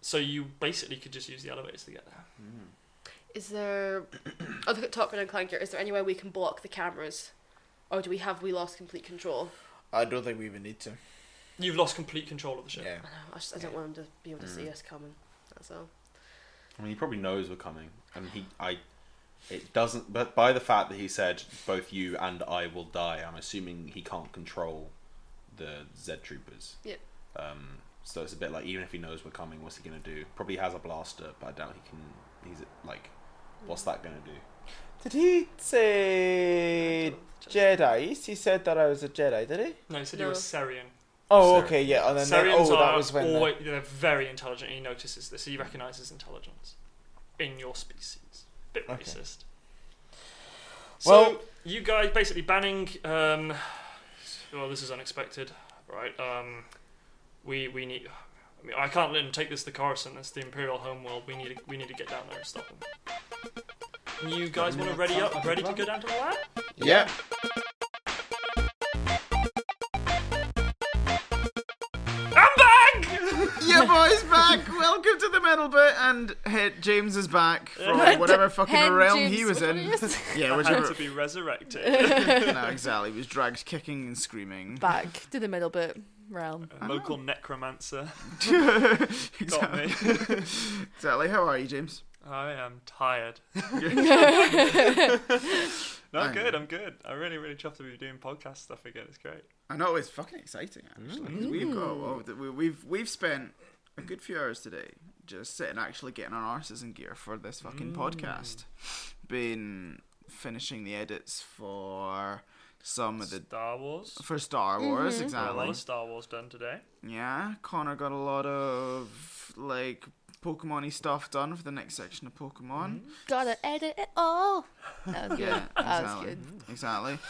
Speaker 5: So you basically could just use the elevators to get there.
Speaker 7: Is there? [COUGHS] I look at Topman and Clanker. Is there any way we can block the cameras, or do we have we lost complete control?
Speaker 6: I don't think we even need to.
Speaker 5: You've lost complete control of the ship.
Speaker 6: Yeah.
Speaker 7: I, don't know, I just I don't want him to be able to
Speaker 5: Mm.
Speaker 7: see us coming. That's all.
Speaker 2: I mean, he probably knows we're coming, and he, I, it doesn't. But by the fact that he said both you and I will die, I'm assuming he can't control the Z troopers.
Speaker 7: Yeah.
Speaker 2: Um. So it's a bit like even if he knows we're coming, what's he gonna do? Probably has a blaster, but I doubt he can. He's like, what's that gonna do?
Speaker 6: Did he say Jedi? He said that I was a Jedi, did he?
Speaker 5: No, you said
Speaker 7: No.
Speaker 5: you were Serian.
Speaker 6: Oh,
Speaker 2: Sir.
Speaker 6: okay, yeah. And then they-
Speaker 5: Serians
Speaker 6: oh, that
Speaker 5: are
Speaker 6: was when. the-
Speaker 5: always, they're very intelligent. He notices this. He recognizes intelligence in your species. Bit
Speaker 6: Okay.
Speaker 5: racist.
Speaker 6: Well-
Speaker 5: so you guys basically banning. Um, well, this is unexpected, right? Um, we we need. I mean, I can't let him take this to Coruscant. That's the Imperial homeworld. We need to, we need to get down there and stop him. You guys want to ready up, ready to go down to the lab?
Speaker 6: yeah.
Speaker 5: I'm back.
Speaker 4: Yeah, boys, back. Welcome to the middle bit, and hey, James is back from whatever fucking
Speaker 3: Hen
Speaker 4: realm
Speaker 3: James,
Speaker 4: he was
Speaker 3: which one
Speaker 4: in.
Speaker 3: it is?
Speaker 4: yeah,
Speaker 5: Had [LAUGHS] to
Speaker 4: whichever.
Speaker 5: be
Speaker 4: [LAUGHS]
Speaker 5: resurrected.
Speaker 4: no, exactly. He was dragged kicking and screaming.
Speaker 3: Back to the middle bit realm.
Speaker 5: A local
Speaker 4: [LAUGHS]
Speaker 5: necromancer got
Speaker 4: exactly.
Speaker 5: me.
Speaker 4: exactly. How are you, James?
Speaker 5: I am
Speaker 4: [LAUGHS]
Speaker 5: tired. no, I'm good. I'm good. I'm really, really chuffed to be doing podcast stuff again. It's great.
Speaker 4: I know it's fucking exciting actually.
Speaker 5: Mm.
Speaker 4: 'cause We've got well, th- we- we've we've spent a good few hours today just sitting actually getting our arses in gear for this fucking
Speaker 5: Mm.
Speaker 4: podcast. Been finishing the edits for some of the
Speaker 5: Star Wars.
Speaker 4: for Star Wars
Speaker 5: Got
Speaker 4: exactly.
Speaker 5: a lot of Mm-hmm. Star Wars done today.
Speaker 4: Yeah, Connor got a lot of like Pokemon stuff done for the next section of
Speaker 5: Mm.
Speaker 4: Pokemon.
Speaker 3: Gotta edit it all. That was good.
Speaker 4: Yeah,
Speaker 3: That was
Speaker 4: exactly.
Speaker 3: good.
Speaker 4: Exactly. [LAUGHS]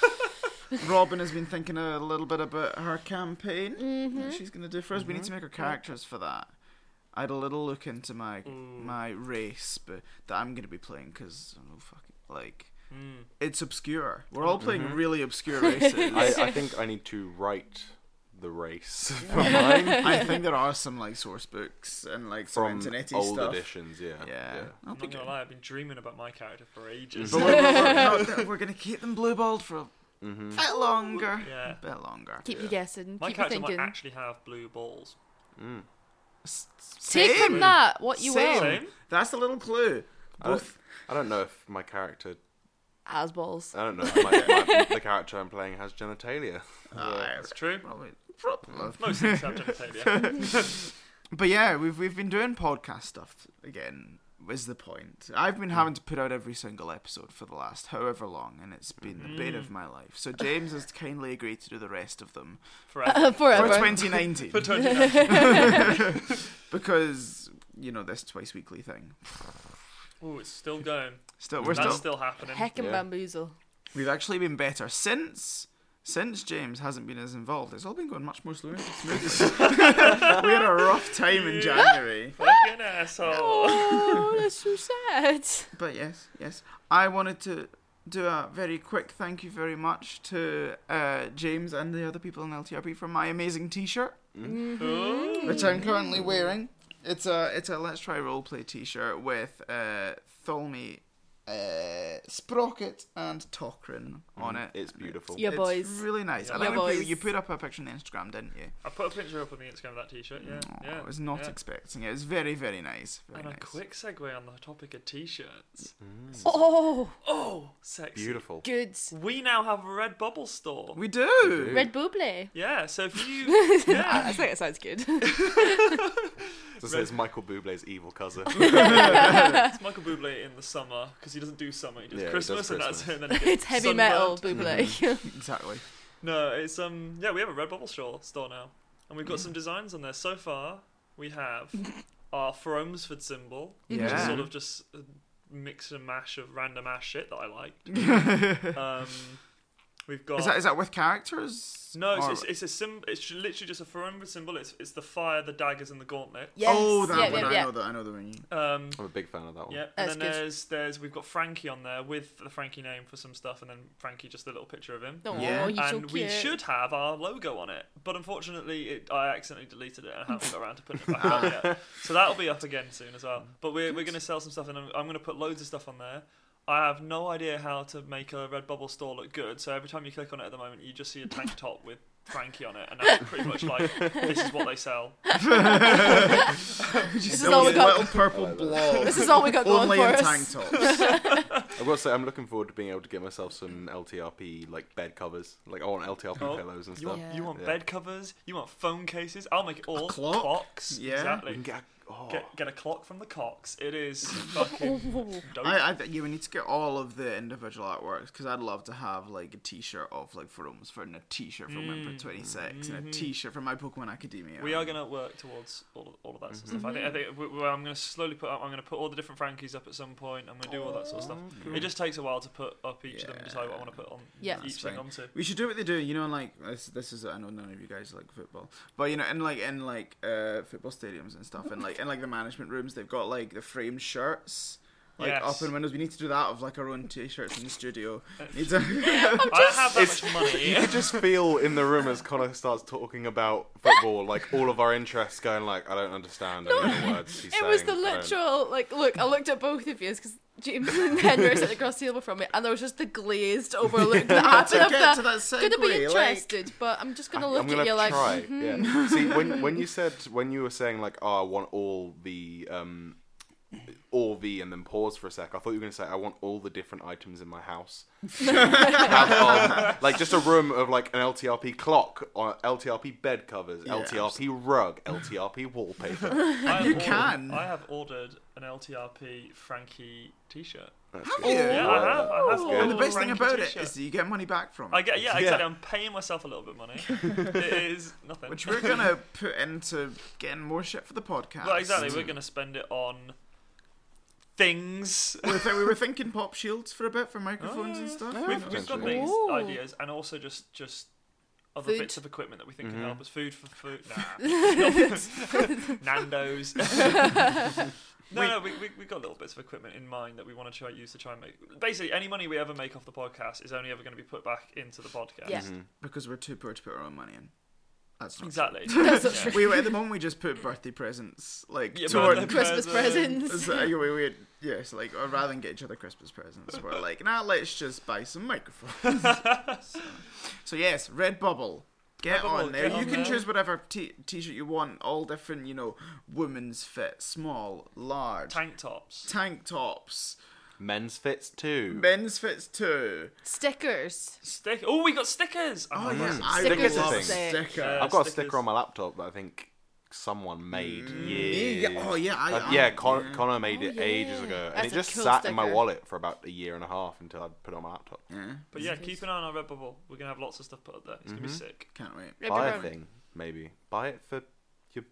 Speaker 4: Robin has been thinking a little bit about her campaign that she's going to do for us. We need to make our characters for that. I had a little look into my my race, but that I'm going to be playing because I don't know, fucking like it's obscure. We're all playing really obscure races.
Speaker 2: I, I think I need to write the race [LAUGHS] for mine
Speaker 4: I think there are some like source books and like some
Speaker 2: from
Speaker 4: internet
Speaker 2: old
Speaker 4: stuff.
Speaker 2: editions. Yeah.
Speaker 4: Yeah, I'll
Speaker 5: I'm
Speaker 4: be
Speaker 5: not
Speaker 4: good.
Speaker 5: gonna lie. I've been dreaming about my character for ages.
Speaker 4: But we're, we're- we're- we're gonna keep them blueballed for a bit longer.
Speaker 5: Yeah.
Speaker 4: A bit longer.
Speaker 3: Keep you guessing.
Speaker 5: my
Speaker 3: keep you
Speaker 5: character
Speaker 3: thinking.
Speaker 5: might actually have blue balls.
Speaker 3: Take from that what you
Speaker 7: Oh.
Speaker 4: Same.
Speaker 3: will.
Speaker 5: Same.
Speaker 4: That's the little clue.
Speaker 5: Uh,
Speaker 2: I don't,
Speaker 4: Both.
Speaker 2: I don't know if my character.
Speaker 3: As balls.
Speaker 2: I don't know. if my, my, the character I'm playing has genitalia.
Speaker 4: Uh,
Speaker 5: It's true.
Speaker 4: probably, probably.
Speaker 5: Most things have genitalia.
Speaker 4: But yeah, we've we've been doing podcast stuff again. Is the point? I've
Speaker 5: Hmm.
Speaker 4: been having to put out every single episode for the last however long, and it's been the bane
Speaker 5: Hmm.
Speaker 4: of my life. So James has kindly agreed to do the rest of
Speaker 7: Um.
Speaker 4: them
Speaker 5: Forever.
Speaker 4: for
Speaker 3: [LAUGHS] Forever.
Speaker 4: 2019
Speaker 5: [LAUGHS] For 20
Speaker 4: because you know this twice weekly thing.
Speaker 5: Ooh, it's still going.
Speaker 4: Still, we're
Speaker 5: That's
Speaker 4: still
Speaker 5: still, happening.
Speaker 3: Heck and
Speaker 2: Yeah.
Speaker 3: bamboozle.
Speaker 4: We've actually been better since since James hasn't been as involved, it's all been going much more slowly. smoothly.
Speaker 5: [LAUGHS]
Speaker 4: [LAUGHS] we had a rough time in January.
Speaker 5: Fucking asshole.
Speaker 8: Oh, that's so sad.
Speaker 4: But yes, yes. I wanted to do a very quick thank you very much to uh, James and the other people in LTRP for my amazing T-shirt,
Speaker 8: Mm-hmm.
Speaker 4: which I'm currently wearing. It's a it's a let's try roleplay T-shirt with uh, Tholme, uh, Sprocket, and Tokrin on it.
Speaker 2: It's beautiful.
Speaker 8: Yeah,
Speaker 4: It's
Speaker 8: boys.
Speaker 4: really nice. And
Speaker 8: Yeah,
Speaker 4: I think you,
Speaker 8: boys.
Speaker 4: you put up a picture on the Instagram, didn't you?
Speaker 5: I put a picture up on the Instagram of that t-shirt. Yeah, yeah.
Speaker 4: I was not
Speaker 5: yeah.
Speaker 4: expecting it. It was very, very nice. Very
Speaker 5: And a
Speaker 4: nice.
Speaker 5: quick segue on the topic of t-shirts.
Speaker 8: Oh,
Speaker 5: Oh, sexy.
Speaker 2: Beautiful.
Speaker 8: good.
Speaker 5: We now have a Red Bubble store.
Speaker 4: We do.
Speaker 8: [LAUGHS] Red buble.
Speaker 5: Yeah, so
Speaker 7: [LAUGHS]
Speaker 5: if you [LAUGHS] yeah,
Speaker 8: [LAUGHS] I think that sounds
Speaker 4: [LAUGHS]
Speaker 8: good.
Speaker 2: This is Michael Bublé's evil [LAUGHS] cousin.
Speaker 5: it's Michael Bublé in the summer because he doesn't do summer, he does
Speaker 2: Yeah, he does
Speaker 5: Christmas,
Speaker 2: Christmas.
Speaker 5: and that's it. And then he
Speaker 8: it's
Speaker 5: gets
Speaker 8: heavy
Speaker 5: sunburned.
Speaker 8: metal
Speaker 4: Mm-hmm.
Speaker 8: [LAUGHS] buble.
Speaker 4: Exactly.
Speaker 5: No, it's um yeah, we have a Red Bubble store store now, and we've got some designs on there. So far, we have
Speaker 8: [LAUGHS]
Speaker 5: our Fromsford symbol, which is
Speaker 4: Yeah.
Speaker 5: sort of just a mix and mash of random ass shit that I
Speaker 4: [LAUGHS]
Speaker 5: liked. um, we've
Speaker 8: Oh.
Speaker 5: got
Speaker 4: Is that is that with characters?
Speaker 5: no, it's,
Speaker 4: Or-
Speaker 5: it's, it's a sim. It's literally just a Fromsford symbol. It's it's the fire, the daggers, and the gauntlet.
Speaker 8: yes.
Speaker 4: Oh, that
Speaker 8: yeah,
Speaker 4: one.
Speaker 8: yeah,
Speaker 4: I
Speaker 8: yeah.
Speaker 4: know that. I know the one.
Speaker 5: Um,
Speaker 2: I'm a big fan of that one.
Speaker 5: Yeah, and
Speaker 8: That's
Speaker 5: then
Speaker 8: good.
Speaker 5: there's there's we've got Frankie on there with the Frankie name for some stuff, and then Frankie just a little picture of him.
Speaker 8: Oh,
Speaker 4: Yeah.
Speaker 8: you're so
Speaker 5: and
Speaker 8: cute.
Speaker 5: we should have our logo on it, but unfortunately, it, I accidentally deleted it and I haven't got around to putting it back
Speaker 8: [LAUGHS]
Speaker 5: on yet. So that'll be up again soon as well. But we're we're going to sell some stuff, and I'm, I'm going to put loads of stuff on there. I have no idea how to make a Redbubble store look good, so every time you click on it at the moment, you just see a tank top with Frankie on it, and that's pretty much like this is what they sell.
Speaker 8: This is all we got.
Speaker 4: Little purple blob.
Speaker 8: This is all we got going
Speaker 4: [LAUGHS] Only
Speaker 8: for
Speaker 4: in
Speaker 8: us.
Speaker 4: tank
Speaker 8: [LAUGHS]
Speaker 4: tops.
Speaker 2: I've got to say, I'm looking forward to being able to get myself some LTRP like bed covers. Like I want LTRP
Speaker 5: Oh,
Speaker 2: pillows and
Speaker 5: You
Speaker 2: stuff.
Speaker 5: want, you want
Speaker 2: Yeah.
Speaker 5: bed covers, you want phone cases. I'll make it all
Speaker 4: clock?
Speaker 5: clocks.
Speaker 4: Yeah.
Speaker 5: exactly.
Speaker 2: We can get a- oh,
Speaker 5: Get, get a clock from the Cox. It is fucking
Speaker 8: [LAUGHS]
Speaker 5: dope.
Speaker 4: I, I think you need to get all of the individual artworks because I'd love to have like a T-shirt of like for almost for and a T-shirt from Wimper Twenty Six and a T-shirt from My Pokemon Academia.
Speaker 5: Mm, mm-hmm. we are going to work towards all, all of that sort of stuff. I think, I
Speaker 4: Mm-hmm.
Speaker 5: think we, we- I'm going to slowly put up. I'm going to put all the different Frankies up at some point. I'm going to do all that sort of stuff.
Speaker 4: Oh,
Speaker 5: It just takes a while to put up each of them and decide what I want to put on
Speaker 8: Yeah.
Speaker 5: each
Speaker 4: That's
Speaker 5: thing
Speaker 4: fine.
Speaker 5: onto.
Speaker 4: We should do what they do, you know, in like this. This is I know none of you guys like football, but you know, in like in like uh, football stadiums and stuff, and like in like the management rooms, they've got like the framed shirts. Like
Speaker 5: Yes. Uh,
Speaker 4: up in windows, we need to do that of like our own t-shirts in the studio. Need
Speaker 5: [LAUGHS]
Speaker 4: to- [LAUGHS]
Speaker 5: I don't have that much money.
Speaker 2: You can just feel in the room as Connor starts talking about football, like all of our interests going like, I don't understand any of the words he's
Speaker 8: It was
Speaker 2: saying.
Speaker 8: the
Speaker 2: I don't-
Speaker 8: literal like look. I looked at both of you because James [LAUGHS] and Henry were sitting across the table from me, and there was just the glazed overlook. The
Speaker 4: [LAUGHS] to
Speaker 8: attitude of
Speaker 4: get
Speaker 8: that.
Speaker 4: to that
Speaker 8: Gonna be
Speaker 4: segue, like-
Speaker 8: interested, but I'm just gonna
Speaker 2: I-
Speaker 8: look
Speaker 2: I'm gonna
Speaker 8: at you
Speaker 2: have
Speaker 8: like.
Speaker 2: to try. Yeah. See, when when you said when you were saying like, oh, I want all the um, all the, and then pause for a sec. I thought you were gonna say I want all the different items in my [LAUGHS] house. Have, um, like just a room of like an LTRP clock, uh, or LTRP bed covers, LTRP rug, LTRP wallpaper.
Speaker 5: I have
Speaker 4: You
Speaker 5: ordered-
Speaker 4: can.
Speaker 5: I have ordered an LTRP Frankie T-shirt.
Speaker 4: you?
Speaker 5: Yeah, I have. I have.
Speaker 2: That's
Speaker 5: ordered
Speaker 2: good.
Speaker 4: and the
Speaker 5: a
Speaker 4: best thing
Speaker 5: Frankie
Speaker 4: about it
Speaker 5: t-shirt.
Speaker 4: is that you get money back from it,
Speaker 5: I get yeah,
Speaker 2: Yeah.
Speaker 5: exactly. I'm paying myself a little bit of
Speaker 4: [LAUGHS]
Speaker 5: money. it is nothing.
Speaker 4: which we're
Speaker 5: [LAUGHS]
Speaker 4: gonna put into getting more shit for the podcast.
Speaker 5: Well, exactly.
Speaker 4: [LAUGHS]
Speaker 5: We're gonna spend it on things.
Speaker 4: We, th- we were thinking pop shields for a bit for microphones and stuff.
Speaker 5: Oh, We've, we've got
Speaker 2: Potentially.
Speaker 5: these
Speaker 8: Ooh.
Speaker 5: ideas, and also just just other
Speaker 8: Food.
Speaker 5: bits of equipment that we think can help us. Food for food. Nah. [LAUGHS] Nando's. no, no, we, we we got little bits of equipment in mind that we want to try use to try and make. Basically, any money we ever make off the podcast is only ever going to be put back into the podcast.
Speaker 8: Yeah.
Speaker 4: because we're too poor to put our own money in. That's not
Speaker 5: Exactly.
Speaker 8: That's not true.
Speaker 4: True. We at the moment we just put birthday presents like
Speaker 5: Yeah,
Speaker 4: to
Speaker 5: but
Speaker 4: our [LAUGHS]
Speaker 5: the
Speaker 8: Christmas
Speaker 5: presents.
Speaker 8: presents.
Speaker 4: It's like, we, we, yes, like or rather than get each other Christmas presents, we're like, nah, let's just buy some
Speaker 5: [LAUGHS]
Speaker 4: microphones. so, so yes, Redbubble. Get
Speaker 5: Redbubble,
Speaker 4: on there.
Speaker 5: get
Speaker 4: you
Speaker 5: on
Speaker 4: can
Speaker 5: there.
Speaker 4: choose whatever t- t-shirt you want. All different, you know, women's fit, small, large, tank,
Speaker 5: Tank tops.
Speaker 4: tops,
Speaker 2: Men's fits too.
Speaker 4: men's fits too.
Speaker 8: Stickers.
Speaker 5: Stick. Oh, we got stickers. Oh,
Speaker 4: Oh
Speaker 5: my God.
Speaker 4: yeah, I
Speaker 8: Stickers
Speaker 4: would
Speaker 8: is
Speaker 4: love
Speaker 8: sick.
Speaker 4: sticker.
Speaker 5: Yeah.
Speaker 2: I've got a
Speaker 5: stickers.
Speaker 2: sticker on my laptop that I think someone made.
Speaker 4: Yeah,
Speaker 2: Yeah.
Speaker 4: yeah, oh, yeah, I-
Speaker 2: Uh,
Speaker 4: I-
Speaker 2: yeah. Con- Connor made it
Speaker 8: yeah.
Speaker 2: ages ago, and
Speaker 8: That's
Speaker 2: it
Speaker 8: a
Speaker 2: just
Speaker 8: cool
Speaker 2: sat in my
Speaker 8: sticker.
Speaker 2: wallet for about a year and a half until I put it on my laptop.
Speaker 5: But yeah, keep an eye on our Redbubble. We're gonna have lots of stuff put up there. It's gonna be sick.
Speaker 4: Can't wait.
Speaker 2: Buy a
Speaker 8: Everyone.
Speaker 2: thing, maybe. Buy it for your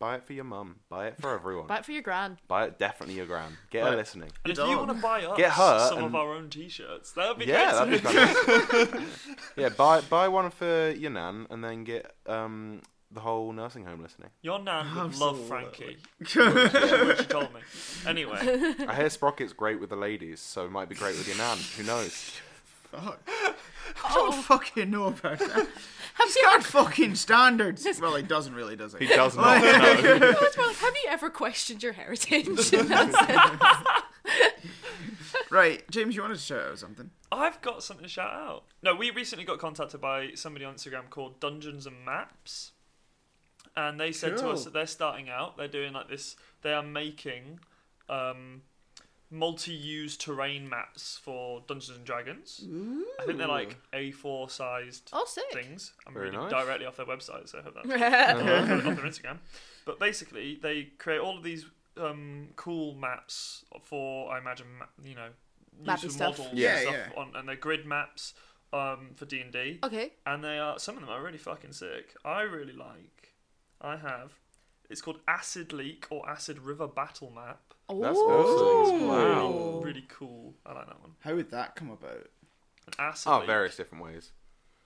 Speaker 2: Buy it for your mum. Buy it for everyone.
Speaker 7: Back for your gran.
Speaker 2: Buy it definitely your gram. Get her
Speaker 4: Right.
Speaker 2: listening.
Speaker 5: And if
Speaker 4: Dog.
Speaker 5: you want to buy us
Speaker 2: Get her
Speaker 5: some of
Speaker 2: and-
Speaker 5: our own t-shirts, that'd be
Speaker 2: yeah,
Speaker 5: great.
Speaker 2: that'd be kind of
Speaker 8: [LAUGHS]
Speaker 2: Yeah, buy buy one for your nan, and then get um the whole nursing home listening.
Speaker 5: Your nan would love
Speaker 4: Absolutely.
Speaker 9: [LAUGHS]
Speaker 5: Frankie. when she told me. Anyway,
Speaker 2: I hear Sprocket's great with the ladies, so it might be great with your nan. Who knows?
Speaker 4: Fuck. I don't
Speaker 7: Oh,
Speaker 4: fucking know about that.
Speaker 7: have you
Speaker 4: Got fucking standards. Well, he doesn't really, does
Speaker 2: He
Speaker 4: he?
Speaker 8: [LAUGHS]
Speaker 2: does not. know.
Speaker 7: ever, it's more like, have you ever questioned
Speaker 2: [LAUGHS]
Speaker 7: your heritage? [LAUGHS] And that's it.
Speaker 4: Right, James, you wanted to shout out something?
Speaker 5: I've got something to shout out. No, we recently got contacted by somebody on Instagram called Dungeons and Maps, and they said to us
Speaker 4: Cool.
Speaker 5: that they're starting out. They're doing like this. They are making um, multi-use terrain maps for Dungeons and Dragons. I think they're like A4 sized
Speaker 9: Oh, sick.
Speaker 5: things. I'm
Speaker 2: Very
Speaker 5: reading
Speaker 2: nice.
Speaker 5: directly off their website, so I hope
Speaker 9: [LAUGHS]
Speaker 5: that's
Speaker 2: Uh-huh.
Speaker 5: [LAUGHS] on their Instagram. But basically, they create all of these um, cool maps for, I imagine, ma- you know,
Speaker 7: Mappy
Speaker 5: use of
Speaker 7: stuff.
Speaker 5: models
Speaker 4: Yeah,
Speaker 5: and stuff
Speaker 4: yeah.
Speaker 5: on, and they're grid maps um, for D and D.
Speaker 9: Okay.
Speaker 5: And they are some of them are really fucking sick. I really like. I have. It's called Acid Leak or Acid River Battle Map.
Speaker 2: That's awesome. Wow.
Speaker 5: Really, really cool. I like that one.
Speaker 4: How would that come about?
Speaker 5: And acid.
Speaker 2: Oh,
Speaker 5: leak.
Speaker 2: various different ways.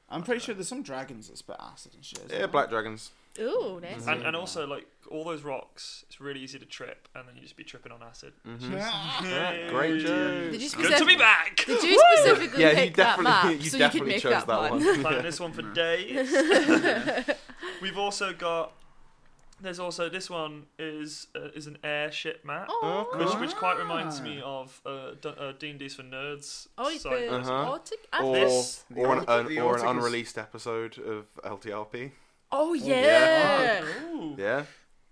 Speaker 4: I'm pretty sure there's some dragons that spit acid and shit. isn't
Speaker 2: Yeah,
Speaker 4: there?
Speaker 2: black dragons.
Speaker 7: Ooh, nice.
Speaker 5: And, and also like all those rocks, it's really easy to trip, and then you just be tripping on acid.
Speaker 4: Mm-hmm.
Speaker 2: Yeah, great joke.
Speaker 7: Did you
Speaker 5: Good to
Speaker 7: specifically,
Speaker 5: be back.
Speaker 7: did you specifically
Speaker 2: Yeah, you
Speaker 7: pick that map
Speaker 2: definitely [LAUGHS] you
Speaker 7: so you could
Speaker 2: definitely
Speaker 7: make
Speaker 2: chose
Speaker 7: that, one?
Speaker 5: Plan this one for days.
Speaker 7: [LAUGHS]
Speaker 5: We've also got. There's also this one is uh, is an airship map,
Speaker 7: Oh,
Speaker 5: which, which quite reminds me
Speaker 2: Ah.
Speaker 5: of uh, D- uh, D&D's for Nerds.
Speaker 7: oh, it's the
Speaker 5: site.
Speaker 7: Oh,
Speaker 2: Uh-huh.
Speaker 7: Arctic. I
Speaker 2: Or,
Speaker 5: This-
Speaker 2: or, an,
Speaker 4: The Altic- the
Speaker 2: or an
Speaker 4: Altic is-
Speaker 2: unreleased episode of LTRP.
Speaker 7: Oh
Speaker 2: yeah.
Speaker 7: yeah. Oh,
Speaker 5: Ooh.
Speaker 2: [LAUGHS] Yeah.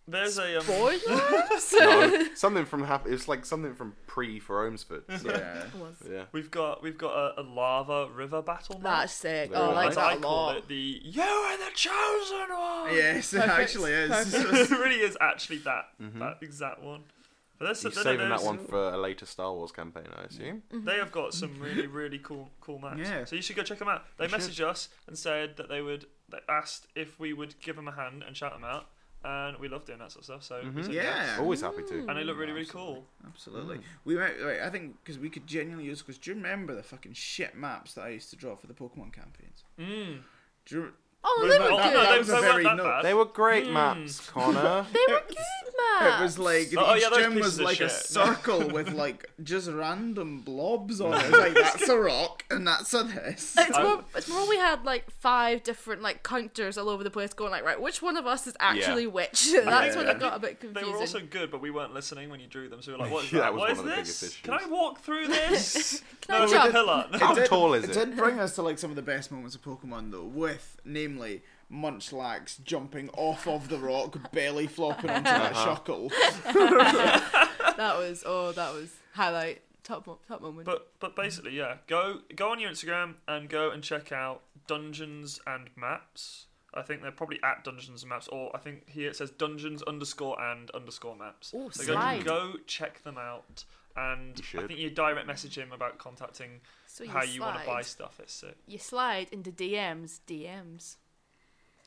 Speaker 5: There's a um,
Speaker 2: [LAUGHS]
Speaker 7: [LAUGHS] Spoilers.
Speaker 2: No, something from hap- it's like something from pre for Omsford. So,
Speaker 4: Yeah.
Speaker 2: yeah.
Speaker 5: we've got we've got a, a lava river battle map.
Speaker 7: That's sick.
Speaker 2: Very
Speaker 7: Oh, I like
Speaker 2: nice.
Speaker 5: As I
Speaker 7: that a
Speaker 5: call
Speaker 7: lot.
Speaker 5: it the you are the chosen
Speaker 7: [LAUGHS]
Speaker 5: one. [LAUGHS]
Speaker 4: Yes, it actually is.
Speaker 5: it really is actually that that exact one. But there's,
Speaker 2: Mm-hmm. You're
Speaker 5: then
Speaker 2: saving that
Speaker 5: there's-
Speaker 2: one for a later Star Wars campaign, I assume.
Speaker 7: Mm.
Speaker 5: They have got some really, really cool, cool maps.
Speaker 4: Yeah.
Speaker 5: So you should go check them out. They messaged us and said that they would, they asked if we would give them a hand and shout them out, and we love doing that sort of stuff. So we said yes.
Speaker 4: [LAUGHS] Yeah.
Speaker 2: Always happy to.
Speaker 7: Mm.
Speaker 5: and they look really, really cool.
Speaker 4: Absolutely. We went, right, I think because we could genuinely use. Because do you remember the fucking shit maps that I used to draw for the Pokemon campaigns?
Speaker 5: Mm.
Speaker 4: Do you,
Speaker 7: Oh,
Speaker 5: But-
Speaker 7: they
Speaker 4: but
Speaker 7: were
Speaker 5: oh,
Speaker 4: that-
Speaker 7: good.
Speaker 5: no,
Speaker 4: that
Speaker 5: they,
Speaker 4: was a
Speaker 5: they
Speaker 4: very
Speaker 5: weren't that
Speaker 4: no-
Speaker 5: bad.
Speaker 2: They were great
Speaker 5: Mm.
Speaker 2: maps,
Speaker 7: [LAUGHS]
Speaker 2: Connor.
Speaker 7: They were good, man.
Speaker 4: it was like
Speaker 5: Oh, oh,
Speaker 4: each
Speaker 5: yeah, those
Speaker 4: gem
Speaker 5: pieces
Speaker 4: was
Speaker 5: of
Speaker 4: like a
Speaker 5: shit. [LAUGHS]
Speaker 4: circle with like just random blobs on it. It was like that's a rock and that's a this.
Speaker 7: It's
Speaker 5: I-
Speaker 7: more, it's more we had like five different like counters all over the place going like right which one of us is actually which [LAUGHS] that's when it got a bit
Speaker 5: They
Speaker 7: confusing
Speaker 5: were also good, but we weren't listening when you drew them, so we
Speaker 2: [LAUGHS]
Speaker 5: were like, "What is
Speaker 2: Yeah,
Speaker 5: that?
Speaker 2: that was one
Speaker 5: what is
Speaker 2: of the
Speaker 5: this?
Speaker 2: biggest
Speaker 5: Can I
Speaker 2: issues.
Speaker 5: walk through this?
Speaker 7: Can I
Speaker 5: no, it's a
Speaker 7: jump?
Speaker 5: pillar.
Speaker 2: How tall is
Speaker 4: It
Speaker 2: it?
Speaker 4: did bring us to like some of the best moments of Pokemon though, with namely Munchlax jumping off of the rock, belly flopping onto that
Speaker 5: Uh-huh.
Speaker 4: shuckle.
Speaker 7: that was oh that was highlight top mo- top moment
Speaker 5: But but basically, yeah. Go go on your Instagram and go and check out Dungeons and Maps. I think they're probably at Dungeons and Maps, or I think here it says Dungeons underscore and underscore Maps.
Speaker 7: Ooh,
Speaker 5: so go,
Speaker 7: slide.
Speaker 5: go check them out, and
Speaker 2: You should.
Speaker 5: I think you direct message him about contacting
Speaker 7: so
Speaker 5: how you want to buy
Speaker 7: slide-
Speaker 5: stuff. It's sick.
Speaker 7: you slide into DMs DMs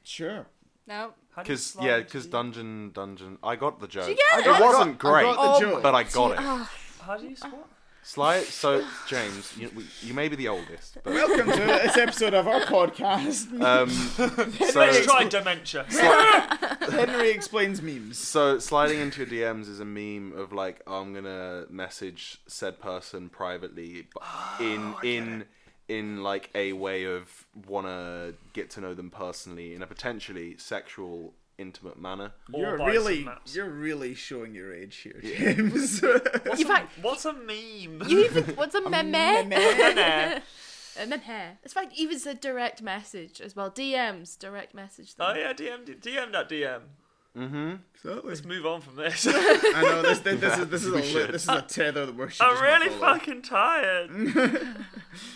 Speaker 4: Sure.
Speaker 7: no
Speaker 5: How do you
Speaker 2: Because
Speaker 5: slide
Speaker 2: yeah,
Speaker 5: into
Speaker 2: because
Speaker 5: the-
Speaker 2: dungeon dungeon. I got the joke.
Speaker 7: you get
Speaker 2: it
Speaker 7: it? I got-
Speaker 2: wasn't
Speaker 4: I
Speaker 2: great,
Speaker 4: got the joke.
Speaker 2: but I got it.
Speaker 7: ah.
Speaker 5: How do you swap?
Speaker 2: Sly. So James, you, we- you may be the oldest, but
Speaker 4: Welcome to this episode of our podcast.
Speaker 7: [LAUGHS]
Speaker 2: um, so,
Speaker 5: Let's try dementia.
Speaker 4: Henry explains memes.
Speaker 2: so sliding into your DMs is a meme of like I'm gonna message said person privately, [GASPS] but in in in like a way of wanna get to know them personally in a potentially sexual, intimate manner.
Speaker 5: Or
Speaker 4: You're
Speaker 5: buy some
Speaker 4: really,
Speaker 5: maps.
Speaker 4: you're really showing your age here, James. [LAUGHS]
Speaker 5: What's,
Speaker 7: In
Speaker 5: a,
Speaker 7: fact-
Speaker 5: what's a meme?
Speaker 7: you [LAUGHS] even what's a meme
Speaker 5: Meh.
Speaker 7: a meme in fact even said direct message as well DMs direct message
Speaker 5: [LAUGHS] oh
Speaker 7: them.
Speaker 5: yeah, DM DM that DM.
Speaker 4: Exactly.
Speaker 5: Let's move on
Speaker 7: [LAUGHS]
Speaker 5: from this.
Speaker 4: I know this. This, this is this
Speaker 2: [LAUGHS]
Speaker 4: is a li-
Speaker 2: should.
Speaker 4: this is a tether that we're. should
Speaker 5: I'm
Speaker 4: just not
Speaker 5: really
Speaker 4: follow.
Speaker 5: fucking tired. [LAUGHS]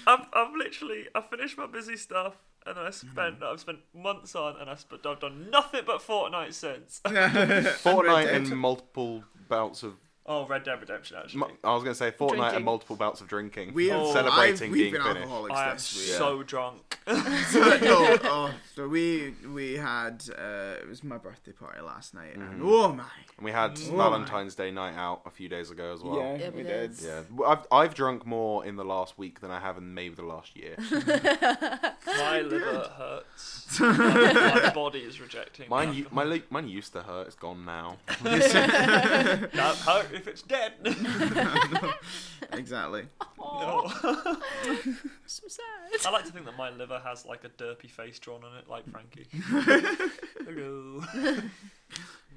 Speaker 5: I've, I've literally I finished my busy stuff and I spent I've spent months on and I sp-
Speaker 4: [LAUGHS]
Speaker 5: I've done nothing but Fortnite since.
Speaker 2: Fortnite
Speaker 4: Dead.
Speaker 2: and multiple bouts of
Speaker 5: [LAUGHS] Oh, Red Dead Redemption, actually.
Speaker 2: Mu- I was going to say Fortnite
Speaker 10: Drinking.
Speaker 2: and multiple bouts of drinking.
Speaker 4: We have,
Speaker 5: Oh,
Speaker 2: celebrating
Speaker 4: I've, we've
Speaker 2: being
Speaker 4: been
Speaker 2: finished.
Speaker 4: alcoholics
Speaker 5: I am
Speaker 4: this week.
Speaker 5: [LAUGHS] so drunk.
Speaker 4: [LAUGHS] no, oh, so we we had uh, it was my birthday party last night,
Speaker 2: Mm-hmm.
Speaker 4: and oh my,
Speaker 2: And we had
Speaker 4: Mm.
Speaker 2: Valentine's Day night out a few days ago as well.
Speaker 7: Yeah, we did.
Speaker 2: Yeah. Well, I've I've drunk more in the last week than I have in maybe the last [LAUGHS] year.
Speaker 5: My liver hurts. My body is rejecting.
Speaker 2: Mine u-
Speaker 5: alcohol.
Speaker 2: my li- mine used to hurt. It's gone now.
Speaker 5: [LAUGHS] That hurt if it's dead.
Speaker 4: [LAUGHS] exactly.
Speaker 5: [LAUGHS] [LAUGHS] no.
Speaker 7: So sad.
Speaker 5: I like to think that my liver has like a derpy face drawn on it, like [LAUGHS] Frankie. Hello.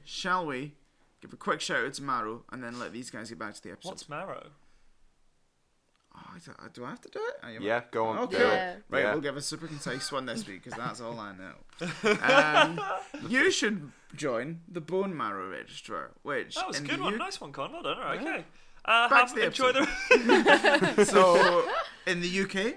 Speaker 4: Shall we give a quick shout out to Maro and then let these guys get back to the episode?
Speaker 5: What's marrow?
Speaker 4: Oh, I don't- I- do I have to do it? Are you-
Speaker 2: Yeah, go on.
Speaker 4: Okay.
Speaker 2: do it.
Speaker 10: Yeah.
Speaker 4: Right,
Speaker 2: Yeah.
Speaker 4: we'll give a super concise one this week because that's all I
Speaker 2: [LAUGHS]
Speaker 4: know. Um, you should join the Bone Marrow Registrar, which
Speaker 5: That was a
Speaker 4: in
Speaker 5: good
Speaker 4: the
Speaker 5: one.
Speaker 4: U-
Speaker 5: Nice one, Con. Well done. All right, okay. Uh,
Speaker 4: Back to
Speaker 5: have,
Speaker 4: the
Speaker 5: enjoy the.
Speaker 4: so in the UK,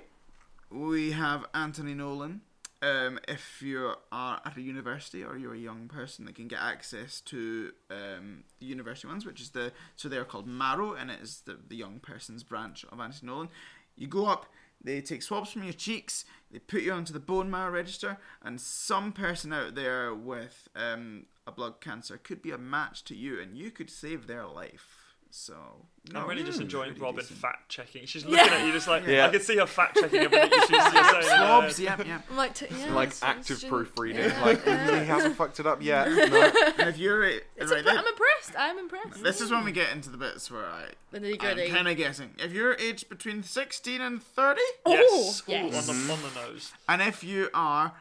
Speaker 4: we have Anthony Nolan. Um, if you are at a university or you're a young person, they can get access to um, the university ones, which is the so they are called Marrow, and it is the, the young person's branch of Anthony Nolan. You go up, they take swabs from your cheeks, they put you onto the bone marrow register, and some person out there with um, a blood cancer could be a match to you, and you could save their life. So
Speaker 5: [LAUGHS] I'm
Speaker 4: no,
Speaker 5: really just
Speaker 4: it's
Speaker 5: enjoying
Speaker 4: pretty
Speaker 5: Robin
Speaker 4: decent.
Speaker 5: fact checking. She's
Speaker 7: Yeah.
Speaker 5: looking at you just like,
Speaker 2: Yeah.
Speaker 5: I can see her fact checking everything she's just saying.
Speaker 4: Swabs, yep, yep.
Speaker 7: I'm like, t- yeah,
Speaker 2: Like
Speaker 7: it's-
Speaker 2: active
Speaker 7: it's just-
Speaker 2: proofreading.
Speaker 4: [LAUGHS]
Speaker 7: yeah,
Speaker 2: Like
Speaker 7: yeah.
Speaker 2: he hasn't fucked it up yet. No.
Speaker 4: And if you're right,
Speaker 7: It's
Speaker 4: right
Speaker 7: impre-
Speaker 4: there,
Speaker 7: I'm impressed. I'm impressed.
Speaker 4: this is when we get into the bits where I,
Speaker 10: The nitty
Speaker 4: I'm
Speaker 10: gritty.
Speaker 4: kind of guessing. If you're aged between 16 and 30,
Speaker 5: Yes. Ooh,
Speaker 10: yes.
Speaker 5: On, the, on the nose.
Speaker 4: and if you are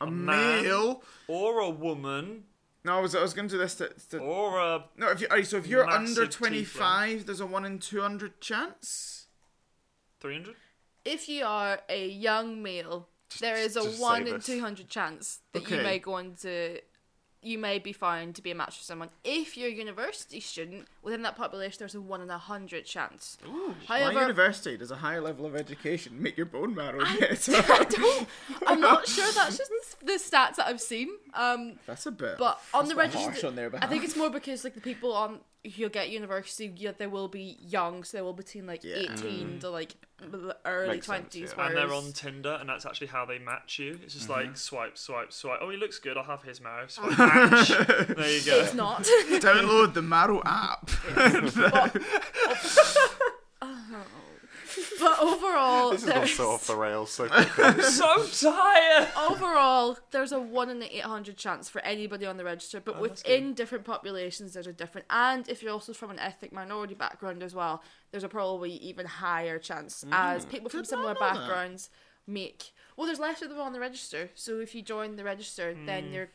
Speaker 4: a,
Speaker 5: man.
Speaker 4: male,
Speaker 5: Or a woman.
Speaker 4: no, I was, I was going to do this. To, to-
Speaker 5: Or a.
Speaker 4: no, if you, alright, so if you're
Speaker 5: Oh. Massive
Speaker 4: under
Speaker 5: teeth,
Speaker 4: 25, there's a one in 200 chance.
Speaker 5: 300?
Speaker 7: If you are a young male, there is a
Speaker 2: just say
Speaker 7: one in
Speaker 2: this.
Speaker 7: two hundred chance that you
Speaker 4: Okay.
Speaker 7: may go on to, you may be found to be a match for someone. If you're a university student within that population, there's a one in a hundred chance.
Speaker 4: My
Speaker 7: However,
Speaker 4: university does a higher level of education. Make your bone marrow
Speaker 7: [LAUGHS]
Speaker 4: better.
Speaker 7: I don't. I'm not sure. That's just the stats that I've seen. Um,
Speaker 4: [LAUGHS] That's a bit.
Speaker 7: But on
Speaker 4: that's
Speaker 7: the
Speaker 4: a bit harsh
Speaker 7: register,
Speaker 4: on their
Speaker 7: I think
Speaker 4: [LAUGHS] behalf.
Speaker 7: it's more because like the people on who get university, yeah, they will be young, so they will be between like
Speaker 4: Yeah.
Speaker 7: eighteen to like l- early
Speaker 2: Makes sense,
Speaker 7: twenties.
Speaker 2: yeah.
Speaker 7: Whereas
Speaker 5: Mm. And they're on Tinder, and that's actually how they match you. It's just like swipe, swipe, swipe. Oh, he looks good. I'll have his [LAUGHS] marrow. Swipe, match. there you go. [LAUGHS]
Speaker 7: it's not. [LAUGHS]
Speaker 4: Download the Marrow app.
Speaker 7: but overall,
Speaker 2: This has gone
Speaker 7: there's,
Speaker 2: so off the rails so quickly.
Speaker 5: so tired.
Speaker 7: overall there's a one in the eight hundred chance for anybody on the register. But within different populations, there's a different. And if you're also from an ethnic minority background as well, there's a probably even higher chance as people from similar backgrounds make. Well, there's less of them on the register. So if you join the register, then you're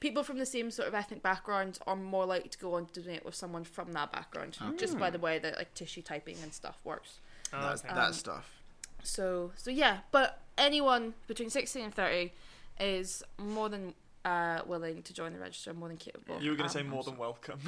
Speaker 7: people from the same sort of ethnic backgrounds are more likely to go on to donate with someone from that background, just by the way that like tissue typing and stuff works.
Speaker 5: Oh,
Speaker 4: That's that stuff.
Speaker 7: So so yeah, but anyone between sixteen and thirty is more than uh, willing to join the register, more than capable.
Speaker 5: You were going
Speaker 7: Um,
Speaker 5: to say more than welcome.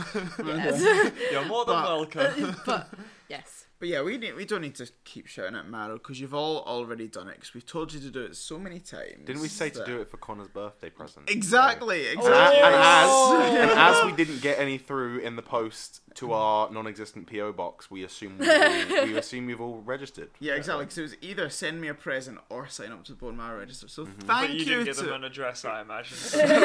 Speaker 7: yes.
Speaker 5: [LAUGHS] You're more than
Speaker 4: But-
Speaker 5: welcome.
Speaker 7: but yes,
Speaker 4: But yeah, we need, we don't need to keep shouting at Marrow because you've all already done it because we've told you to do it so many times.
Speaker 2: Didn't we say to
Speaker 4: that-
Speaker 2: do it for Connor's birthday present?
Speaker 7: Oh.
Speaker 4: Exactly,
Speaker 2: And, a-
Speaker 4: exactly.
Speaker 2: and as, and
Speaker 4: [LAUGHS]
Speaker 2: as we didn't get any through in the post to our non-existent PO box, we assume we, we assume you've all registered.
Speaker 4: Yeah, exactly. So it was either send me a present or sign up to the Bone Marrow Register. So
Speaker 2: Mm-hmm.
Speaker 5: But
Speaker 4: thank
Speaker 5: you
Speaker 4: you,
Speaker 5: didn't give
Speaker 4: to.
Speaker 5: them an address, I imagine.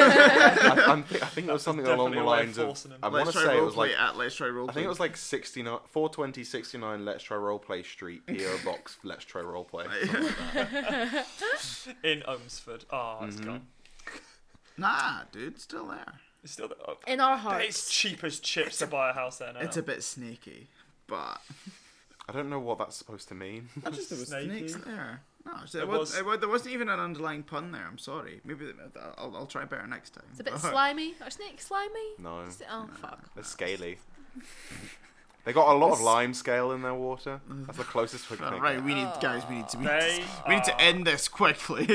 Speaker 2: I, I'm thi- I think there was something along the
Speaker 5: definitely a way of
Speaker 2: lines of.
Speaker 5: forcing him.
Speaker 2: I want
Speaker 4: Let's
Speaker 2: to
Speaker 4: try
Speaker 2: say it was
Speaker 4: roleplay
Speaker 2: like.
Speaker 4: at Let's Try Roleplay.
Speaker 2: I think it was like 69, 420, 69, Let's Try Roleplay Street, PO Box, Let's Try Roleplay. something like that.
Speaker 5: In Omsford. Oh, it's
Speaker 4: Mm-hmm.
Speaker 5: gone.
Speaker 4: nah, dude, it's still there.
Speaker 5: It's still there. Oh,
Speaker 7: in our
Speaker 5: It's
Speaker 7: hearts.
Speaker 5: cheap as chips to buy a house there now.
Speaker 4: It's a bit sneaky, but
Speaker 2: I don't know what that's supposed to
Speaker 4: [LAUGHS]
Speaker 2: mean.
Speaker 4: I just there was
Speaker 5: Sneaky.
Speaker 4: snakes there. No, so
Speaker 5: It
Speaker 4: it was,
Speaker 5: was-
Speaker 4: it was- there wasn't even an underlying pun there. I'm sorry. Maybe I'll, I'll try better next time. [LAUGHS]
Speaker 5: [LAUGHS]
Speaker 7: It's a bit slimy. Are snakes slimy?
Speaker 5: Mm.
Speaker 2: No,
Speaker 7: Is it- Oh fuck!
Speaker 2: they're
Speaker 4: [LAUGHS]
Speaker 2: scaly. They got a lot of lime scale in their water. That's the closest we can
Speaker 4: All
Speaker 2: think
Speaker 4: Mm. right,
Speaker 2: of.
Speaker 4: we
Speaker 7: Oh.
Speaker 4: need guys. We need to we need
Speaker 5: They
Speaker 4: to, [LAUGHS] we need to
Speaker 5: are-
Speaker 4: end this quickly.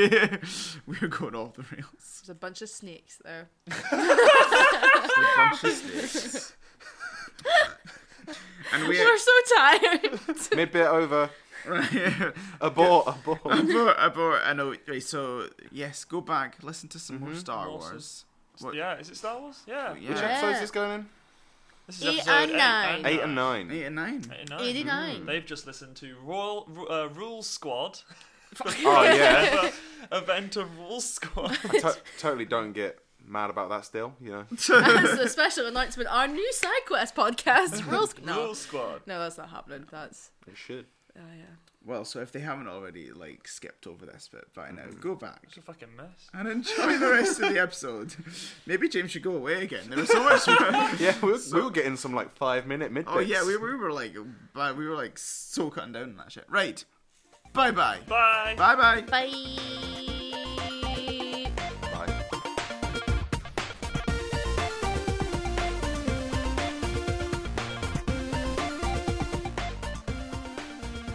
Speaker 4: [LAUGHS] We're going off the rails.
Speaker 7: There's a bunch of snakes
Speaker 5: [LAUGHS]
Speaker 7: there.
Speaker 4: and we
Speaker 7: We're so tired.
Speaker 5: [LAUGHS]
Speaker 2: Mid-bit over.
Speaker 4: [LAUGHS] right,
Speaker 2: Abort, abort.
Speaker 4: abort, abort. I know. Right, so yes, go back, listen to some more Star
Speaker 5: Awesome.
Speaker 4: Wars.
Speaker 5: Yeah, is it Star Wars? Yeah.
Speaker 4: Yeah.
Speaker 2: Which episode's this going in?
Speaker 5: This
Speaker 8: Eight
Speaker 5: episode
Speaker 8: and nine.
Speaker 11: Eight and nine.
Speaker 4: Eight and nine.
Speaker 5: Eight and nine.
Speaker 8: 89.
Speaker 5: They've just listened to Royal Ru- uh, Rules Squad.
Speaker 11: Oh
Speaker 4: [LAUGHS]
Speaker 11: yeah.
Speaker 5: [LAUGHS] Event of Rules Squad. [LAUGHS]
Speaker 11: I to- totally don't get mad about that still. You know.
Speaker 8: That's a special announcement. Our new side quest
Speaker 5: [LAUGHS]
Speaker 8: podcast. Rules. No,
Speaker 5: Rules Squad.
Speaker 8: no, that's not happening. That's.
Speaker 11: It should.
Speaker 8: Oh, yeah.
Speaker 4: Well, so if they haven't already like skipped over this bit by now, go back
Speaker 5: It's a fucking mess.
Speaker 4: and enjoy the rest of the episode. Maybe James should go away again. There was so much. [LAUGHS]
Speaker 11: Yeah, we were, we were getting some like five minute mid.
Speaker 4: oh yeah,
Speaker 11: bits.
Speaker 4: we, we were like, but we were like so cutting down on that shit. Right. Bye bye.
Speaker 5: Bye.
Speaker 4: Bye bye.
Speaker 8: Bye.
Speaker 11: Bye.
Speaker 2: Oh,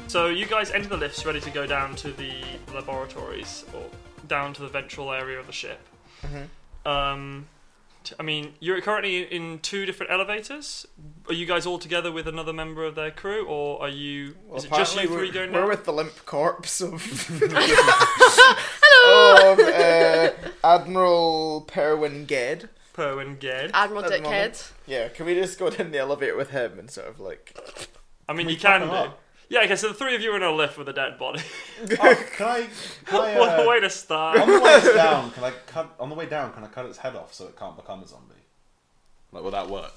Speaker 5: So you guys enter the lifts, ready to go down to the laboratories or down to the ventral area of the ship.
Speaker 2: Mm-hmm.
Speaker 5: Um, t- I mean, you're currently in two different elevators. Are you guys all together with another member of their crew, or are you? is it just you
Speaker 6: apparently
Speaker 5: three
Speaker 6: we're,
Speaker 5: going
Speaker 6: We're
Speaker 5: down?
Speaker 6: with the limp corpse [LAUGHS] of. Hello. Of uh, Admiral Perwin Ged.
Speaker 5: Poe and Ged.
Speaker 2: Uh,
Speaker 7: Admiral
Speaker 6: At the moment.
Speaker 7: Dickhead.
Speaker 6: Yeah, can we just go down the elevator with him and sort of like?
Speaker 5: I mean, you can do. Yeah, okay, so the three of you are in a lift with a
Speaker 2: [LAUGHS]
Speaker 5: dead body.
Speaker 2: Can
Speaker 4: [LAUGHS]
Speaker 2: I? Can I
Speaker 5: [LAUGHS] what a
Speaker 2: uh,
Speaker 5: way to start.
Speaker 2: on the way down, can I cut? On the way down, can I cut its head off so it can't become a zombie? Like, will that work?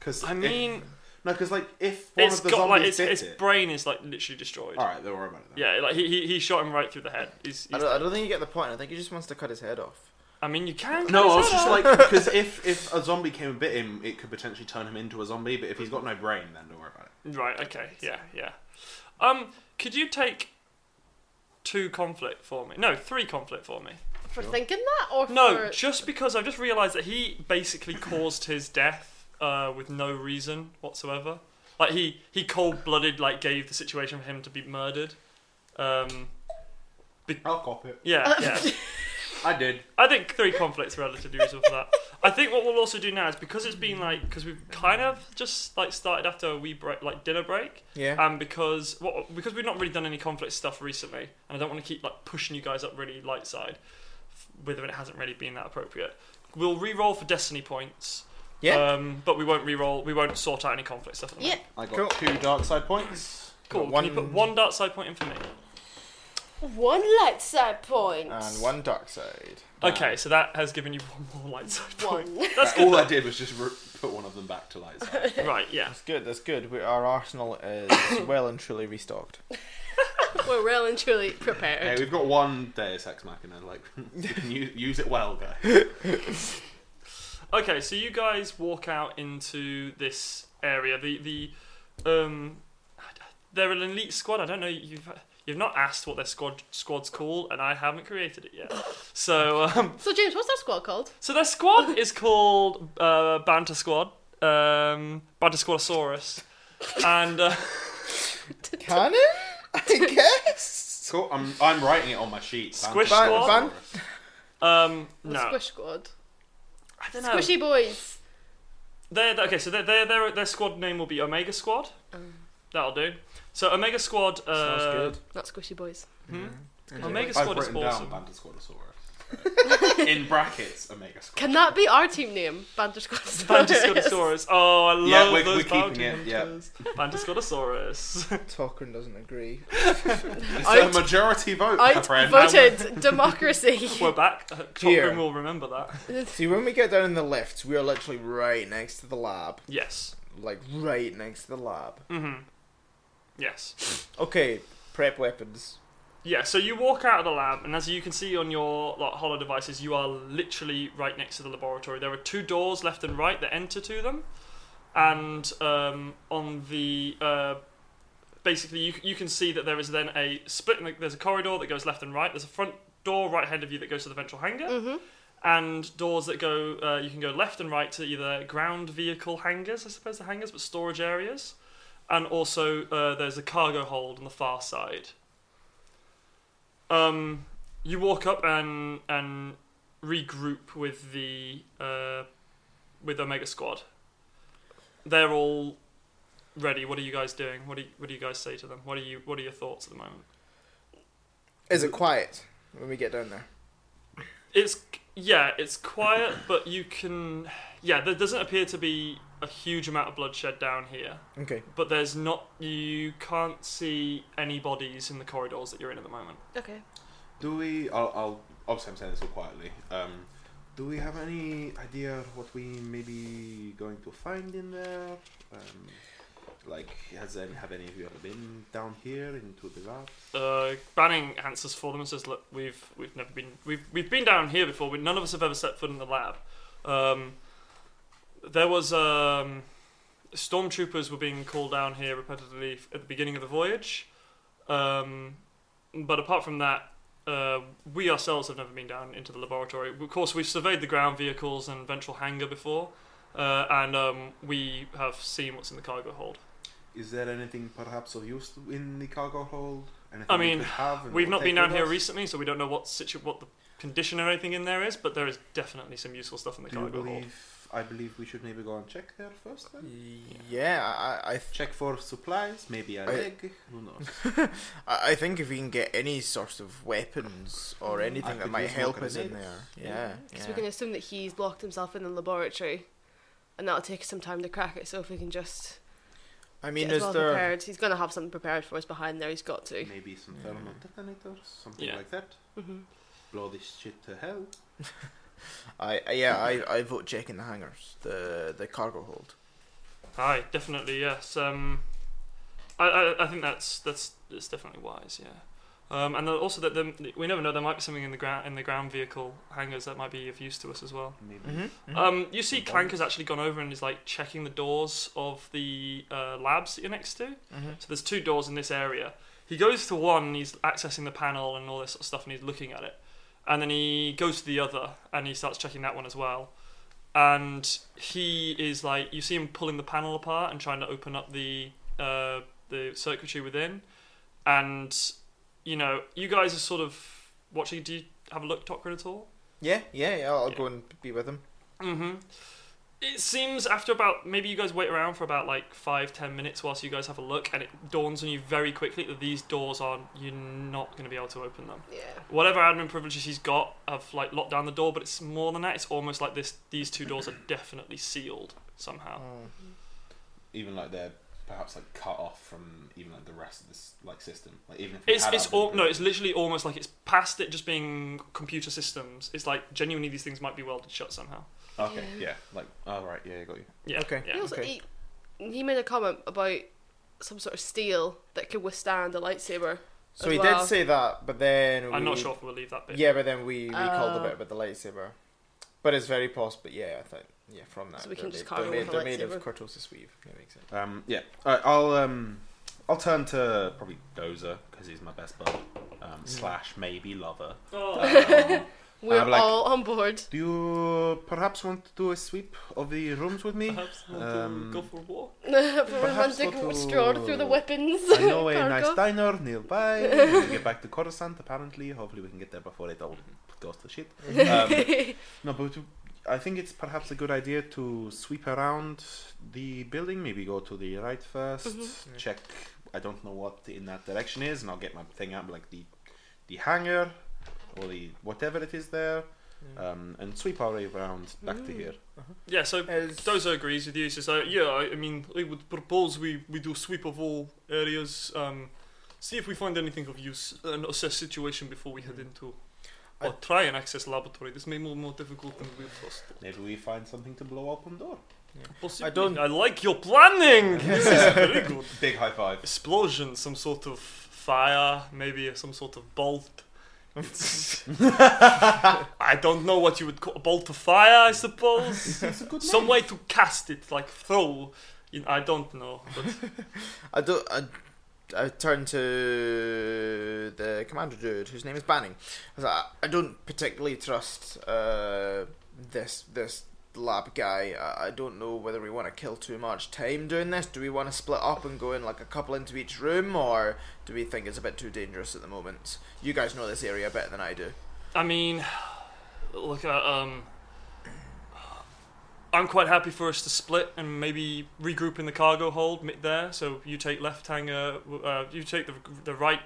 Speaker 2: Because [LAUGHS]
Speaker 5: I mean,
Speaker 2: no, because like if one
Speaker 5: it's
Speaker 2: of the
Speaker 5: got like
Speaker 2: zombies
Speaker 5: its,
Speaker 2: bit
Speaker 5: its
Speaker 2: it.
Speaker 5: brain is like literally destroyed.
Speaker 2: All right, don't worry about it. Then.
Speaker 5: Yeah, like he, he he shot him right through the head. He's,
Speaker 6: I
Speaker 5: he's,
Speaker 6: don't, I don't think you get the point. I think he just wants to cut his head off.
Speaker 5: I mean, you can.
Speaker 2: No, I was
Speaker 5: it's
Speaker 2: just like
Speaker 5: [LAUGHS]
Speaker 2: because if if a zombie came and bit him, it could potentially turn him into a zombie. But if he's got no brain, then don't worry about it.
Speaker 5: Right. Okay. Yeah. Yeah. Um, could you take two conflict for me? No, three conflict for me.
Speaker 7: For thinking that, or
Speaker 5: No,
Speaker 7: for
Speaker 5: just because I've just realised that he basically caused his death uh, with no reason whatsoever. Like he he cold blooded like gave the situation for him to be murdered. Um,
Speaker 2: I'll cop it.
Speaker 5: yeah. Yeah.
Speaker 2: I did.
Speaker 5: I think three conflicts are relatively reasonable for that. I think what we'll also do now is because it's been like because we've kind of just like started after a wee break, like dinner break.
Speaker 6: Yeah.
Speaker 5: And because what because we've not really done any conflict stuff recently, and I don't want to keep like pushing you guys up really light side, f- whether it hasn't really been that appropriate. We'll re-roll for destiny points.
Speaker 6: Yeah.
Speaker 5: Um, but we won't re-roll. We won't sort out any conflict stuff. At the
Speaker 7: Yeah.
Speaker 5: moment.
Speaker 2: I got
Speaker 6: Cool.
Speaker 2: two dark side points.
Speaker 5: Cool.
Speaker 6: Got
Speaker 5: Can you put
Speaker 6: one-
Speaker 5: one dark side point in for me?
Speaker 7: one light side point.
Speaker 6: and one dark side.
Speaker 5: Okay, so that has given you [LAUGHS] one more light side point.
Speaker 7: One.
Speaker 5: That's
Speaker 2: All
Speaker 5: good.
Speaker 2: I did was just re- put one of them back to light
Speaker 5: [LAUGHS]
Speaker 2: side.
Speaker 5: right. Yeah.
Speaker 6: That's good. That's good. We, our arsenal [COUGHS] is well and truly restocked.
Speaker 7: [LAUGHS] We're well and truly prepared.
Speaker 2: hey, we've got one Deus Ex Machina. Like, [LAUGHS] we can use, use it well, guys.
Speaker 5: Okay, so you guys walk out into this area. The the um, they're an elite squad. I don't know. You've you've not asked what their squad squad's called, and I haven't created it yet. So um,
Speaker 7: So James, what's that squad called?
Speaker 5: so their
Speaker 7: [LAUGHS]
Speaker 5: squad is called uh, Banter Squad, um, Banter Squadosaurus, and uh,
Speaker 6: Cannon, [LAUGHS] I guess.
Speaker 2: [LAUGHS] Cool. I'm I'm writing it on my sheet.
Speaker 5: Squish
Speaker 2: Ban- ban-
Speaker 5: squad? um
Speaker 7: The
Speaker 5: no,
Speaker 7: Squish Squad.
Speaker 5: I don't know.
Speaker 7: Squishy boys.
Speaker 5: They're, they're- okay, so their their their their squad name will be Omega Squad.
Speaker 7: Oh.
Speaker 5: That'll do. So Omega Squad. Uh,
Speaker 7: Not squishy boys.
Speaker 5: Omega
Speaker 2: I've
Speaker 5: Squad is
Speaker 2: written
Speaker 5: awesome.
Speaker 2: down Bantasquadosaurus.
Speaker 5: [LAUGHS]
Speaker 2: In brackets, Omega Squad.
Speaker 7: Can that be our team name?
Speaker 6: [LAUGHS]
Speaker 7: Banter Squad.
Speaker 5: Bantascotosaurus. Oh, I love
Speaker 2: Yeah, we're-
Speaker 5: those
Speaker 2: we're keeping
Speaker 5: bounty
Speaker 2: it, yeah.
Speaker 5: hunters.
Speaker 2: [LAUGHS]
Speaker 5: Bantascotosaurus.
Speaker 6: Talkern doesn't agree.
Speaker 2: It's
Speaker 7: Out-
Speaker 2: a majority vote, my
Speaker 6: [LAUGHS]
Speaker 2: friend.
Speaker 7: Outvoted democracy.
Speaker 5: we're back. Uh,
Speaker 6: Dear.
Speaker 5: Cochran will remember that.
Speaker 6: See, when we get down in the lifts, we are literally right next to the lab.
Speaker 5: Yes.
Speaker 6: Like right next to the lab.
Speaker 5: Mm-hmm. Yes.
Speaker 6: Okay, prep weapons.
Speaker 5: Yeah, so you walk out of the lab, and as you can see on your like, hollow devices, you are literally right next to the laboratory. There are two doors left and right that enter to them, and um, on the uh, basically you, you can see that there is then a split. In the, there's a corridor that goes left and right. There's a front door right hand of you that goes to the ventral hangar, and doors that go uh, you can go left and right to either ground vehicle hangars, I suppose the hangars, but storage areas, and also uh, there's a cargo hold on the far side. Um, you walk up and and regroup with the uh, with Omega Squad. They're all ready. What are you guys doing? What do you, what do you guys say to them? What are you What are your thoughts at the moment?
Speaker 6: Is it quiet when we get down there?
Speaker 5: It's yeah, it's quiet, [COUGHS] but you can. Yeah, there doesn't appear to be a huge amount of bloodshed down here,
Speaker 6: Okay.
Speaker 5: but there's not. You can't see any bodies in the corridors that you're in at the moment.
Speaker 7: Okay.
Speaker 2: Do we? I'll, I'll obviously I'm saying this all quietly. Um, do we have any idea what we may be going to find in there? Um, like, has any, have any of you ever been down here into the lab?
Speaker 5: Uh, Banning answers for them and says, "Look, we've we've never been we've we've been down here before. But none of us have ever set foot in the lab. Um, there was um, stormtroopers were being called down here repetitively f- at the beginning of the voyage, um, but apart from that, uh, we ourselves have never been down into the laboratory. Of course, we've surveyed the ground vehicles and ventral hangar before, uh, and um, we have seen what's in the cargo hold.
Speaker 2: Is there anything perhaps of use in the cargo hold? Anything
Speaker 5: I
Speaker 2: we
Speaker 5: mean,
Speaker 2: could have and
Speaker 5: We've not
Speaker 2: take
Speaker 5: been down
Speaker 2: with
Speaker 5: here
Speaker 2: us?
Speaker 5: recently, so we don't know what situ- what the condition or anything in there is, but there is definitely some useful stuff in the
Speaker 2: Do you
Speaker 5: cargo hold.
Speaker 2: believe? I believe we should maybe go and check there first. Then
Speaker 6: Yeah, I, I, th-
Speaker 2: check for supplies. Maybe a
Speaker 6: I-
Speaker 2: leg. Who knows?
Speaker 6: I I think if we can get any sort of weapons
Speaker 7: Mm,
Speaker 6: or anything that
Speaker 2: could
Speaker 6: might
Speaker 2: use more
Speaker 6: help us in
Speaker 2: grenades.
Speaker 6: there, yeah,
Speaker 7: Because
Speaker 6: yeah.
Speaker 7: we can assume that he's locked himself in the laboratory, and that'll take us some time to crack it. So if we can just
Speaker 6: I mean,
Speaker 7: get as
Speaker 6: is
Speaker 7: well
Speaker 6: there?
Speaker 7: prepared, he's gonna have something prepared for us behind there. He's got to.
Speaker 2: maybe some
Speaker 6: Yeah.
Speaker 2: thermal detonators, something
Speaker 5: Yeah.
Speaker 2: like that.
Speaker 7: Mhm.
Speaker 2: Blow this shit to hell.
Speaker 6: I I- yeah, I, I vote check in the hangars, the the cargo hold.
Speaker 5: Aye, definitely yes. Um, I, I I think that's that's that's definitely wise. Yeah. Um, and then also that there, we never know there might be something in the ground in the ground vehicle hangars that might be of use to us as well.
Speaker 2: Maybe
Speaker 6: Mm-hmm.
Speaker 5: Um, you see,
Speaker 2: And
Speaker 5: Clank has actually gone over and is like checking the doors of the uh, labs that you're next to. So there's two doors in this area. He goes to one, and he's accessing the panel and all this sort of stuff, and he's looking at it. And then he goes to the other, and he starts checking that one as well. And he is like, you see him pulling the panel apart and trying to open up the uh, the circuitry within. And you know, you guys are sort of watching. Do you have a look, Tokrin, at all?
Speaker 6: Yeah, yeah, yeah. I'll
Speaker 5: Yeah.
Speaker 6: go and be with him.
Speaker 5: Mm-hmm. It seems after about maybe you guys wait around for about like five ten minutes whilst you guys have a look, and it dawns on you very quickly that these doors are you're not going to be able to open them.
Speaker 7: Yeah.
Speaker 5: Whatever admin privileges he's got have like locked down the door, but it's more than that. It's almost like this these two doors are definitely sealed somehow.
Speaker 6: Oh.
Speaker 2: even like they're perhaps like cut off from even like the rest of this like system. Like even if we
Speaker 5: It's
Speaker 2: had
Speaker 5: it's
Speaker 2: admin
Speaker 5: all, no, it's
Speaker 2: privileges.
Speaker 5: literally almost like it's past it just being computer systems. It's like genuinely these things might be welded shut somehow.
Speaker 2: okay. Yeah. like all right. Yeah, I got you.
Speaker 5: Yeah.
Speaker 6: Okay.
Speaker 5: Yeah.
Speaker 7: He also
Speaker 6: okay.
Speaker 7: he, he made a comment about some sort of steel that could withstand a lightsaber.
Speaker 6: So
Speaker 7: as
Speaker 6: he
Speaker 7: well.
Speaker 6: did say that, but then
Speaker 5: I'm
Speaker 6: we,
Speaker 5: not sure if we'll leave that bit.
Speaker 6: Yeah, but then we, we called a
Speaker 8: Uh.
Speaker 7: Oh.
Speaker 6: bit about the lightsaber, but it's very possible. Yeah, I think yeah from that.
Speaker 7: So we can
Speaker 6: they're
Speaker 7: just
Speaker 6: made-
Speaker 7: carry on
Speaker 6: they're
Speaker 7: with
Speaker 6: made,
Speaker 7: the
Speaker 6: they're made of
Speaker 7: lightsaber.
Speaker 6: cortosis weave. That makes sense.
Speaker 2: Um, yeah. All right, I'll um, I'll turn to probably Dozer because he's my best bud.
Speaker 5: Mm.
Speaker 2: Um, slash maybe
Speaker 5: [LAUGHS]
Speaker 2: lover.
Speaker 5: Oh.
Speaker 2: Um,
Speaker 7: We're
Speaker 2: I'm like-
Speaker 7: all on board. [LAUGHS]
Speaker 2: do you perhaps want to do a sweep of the rooms with me?
Speaker 5: Perhaps we'll
Speaker 2: Um,
Speaker 5: go for a walk.
Speaker 7: For romantic
Speaker 2: go to-
Speaker 7: stroll through the weapons.
Speaker 2: I know [LAUGHS] a nice
Speaker 7: [LAUGHS] cargo.
Speaker 2: diner nearby. we can get back to Coruscant apparently. Hopefully we can get there before it all goes to
Speaker 5: [LAUGHS]
Speaker 2: shit. Um, No, but to- I think it's perhaps a good idea to sweep around the building. Maybe go to the right 1st
Speaker 6: Yeah.
Speaker 2: check. I don't know what in that direction is, and I'll get my thing out, like the the hangar or the whatever it is there, um, and sweep our way around back to here.
Speaker 5: Yeah, so
Speaker 6: As-
Speaker 5: Dozer agrees with you. He says, uh, "Yeah, I, I mean, I would propose we, we do sweep of all areas, um, see if we find anything of use, uh, and assess situation before we
Speaker 6: Hmm.
Speaker 5: head into or try and access laboratory. This may be more difficult than we first thought.
Speaker 2: Maybe we find something to blow up on door.
Speaker 5: Possibly.
Speaker 6: don't-
Speaker 5: I like your planning. this is very good.
Speaker 2: Big high five.
Speaker 5: Explosion, some sort of fire, maybe some sort of bolt. It's- I don't know what you would call a bolt of fire, I suppose. Some way to cast it, like throw. You know, I don't know, but
Speaker 6: I do. I, I turn to the commander dude, whose name is Banning. I, was like, I don't particularly trust uh, this this lab guy. I, I don't know whether we want to kill too much time doing this. Do we want to split up and go in like a couple into each room, or do we think it's a bit too dangerous at the moment? You guys know this area better than I do.
Speaker 5: I mean, look, uh, um, I'm quite happy for us to split and maybe regroup in the cargo hold mi- there. So you take left hanger, w- uh, you take the the right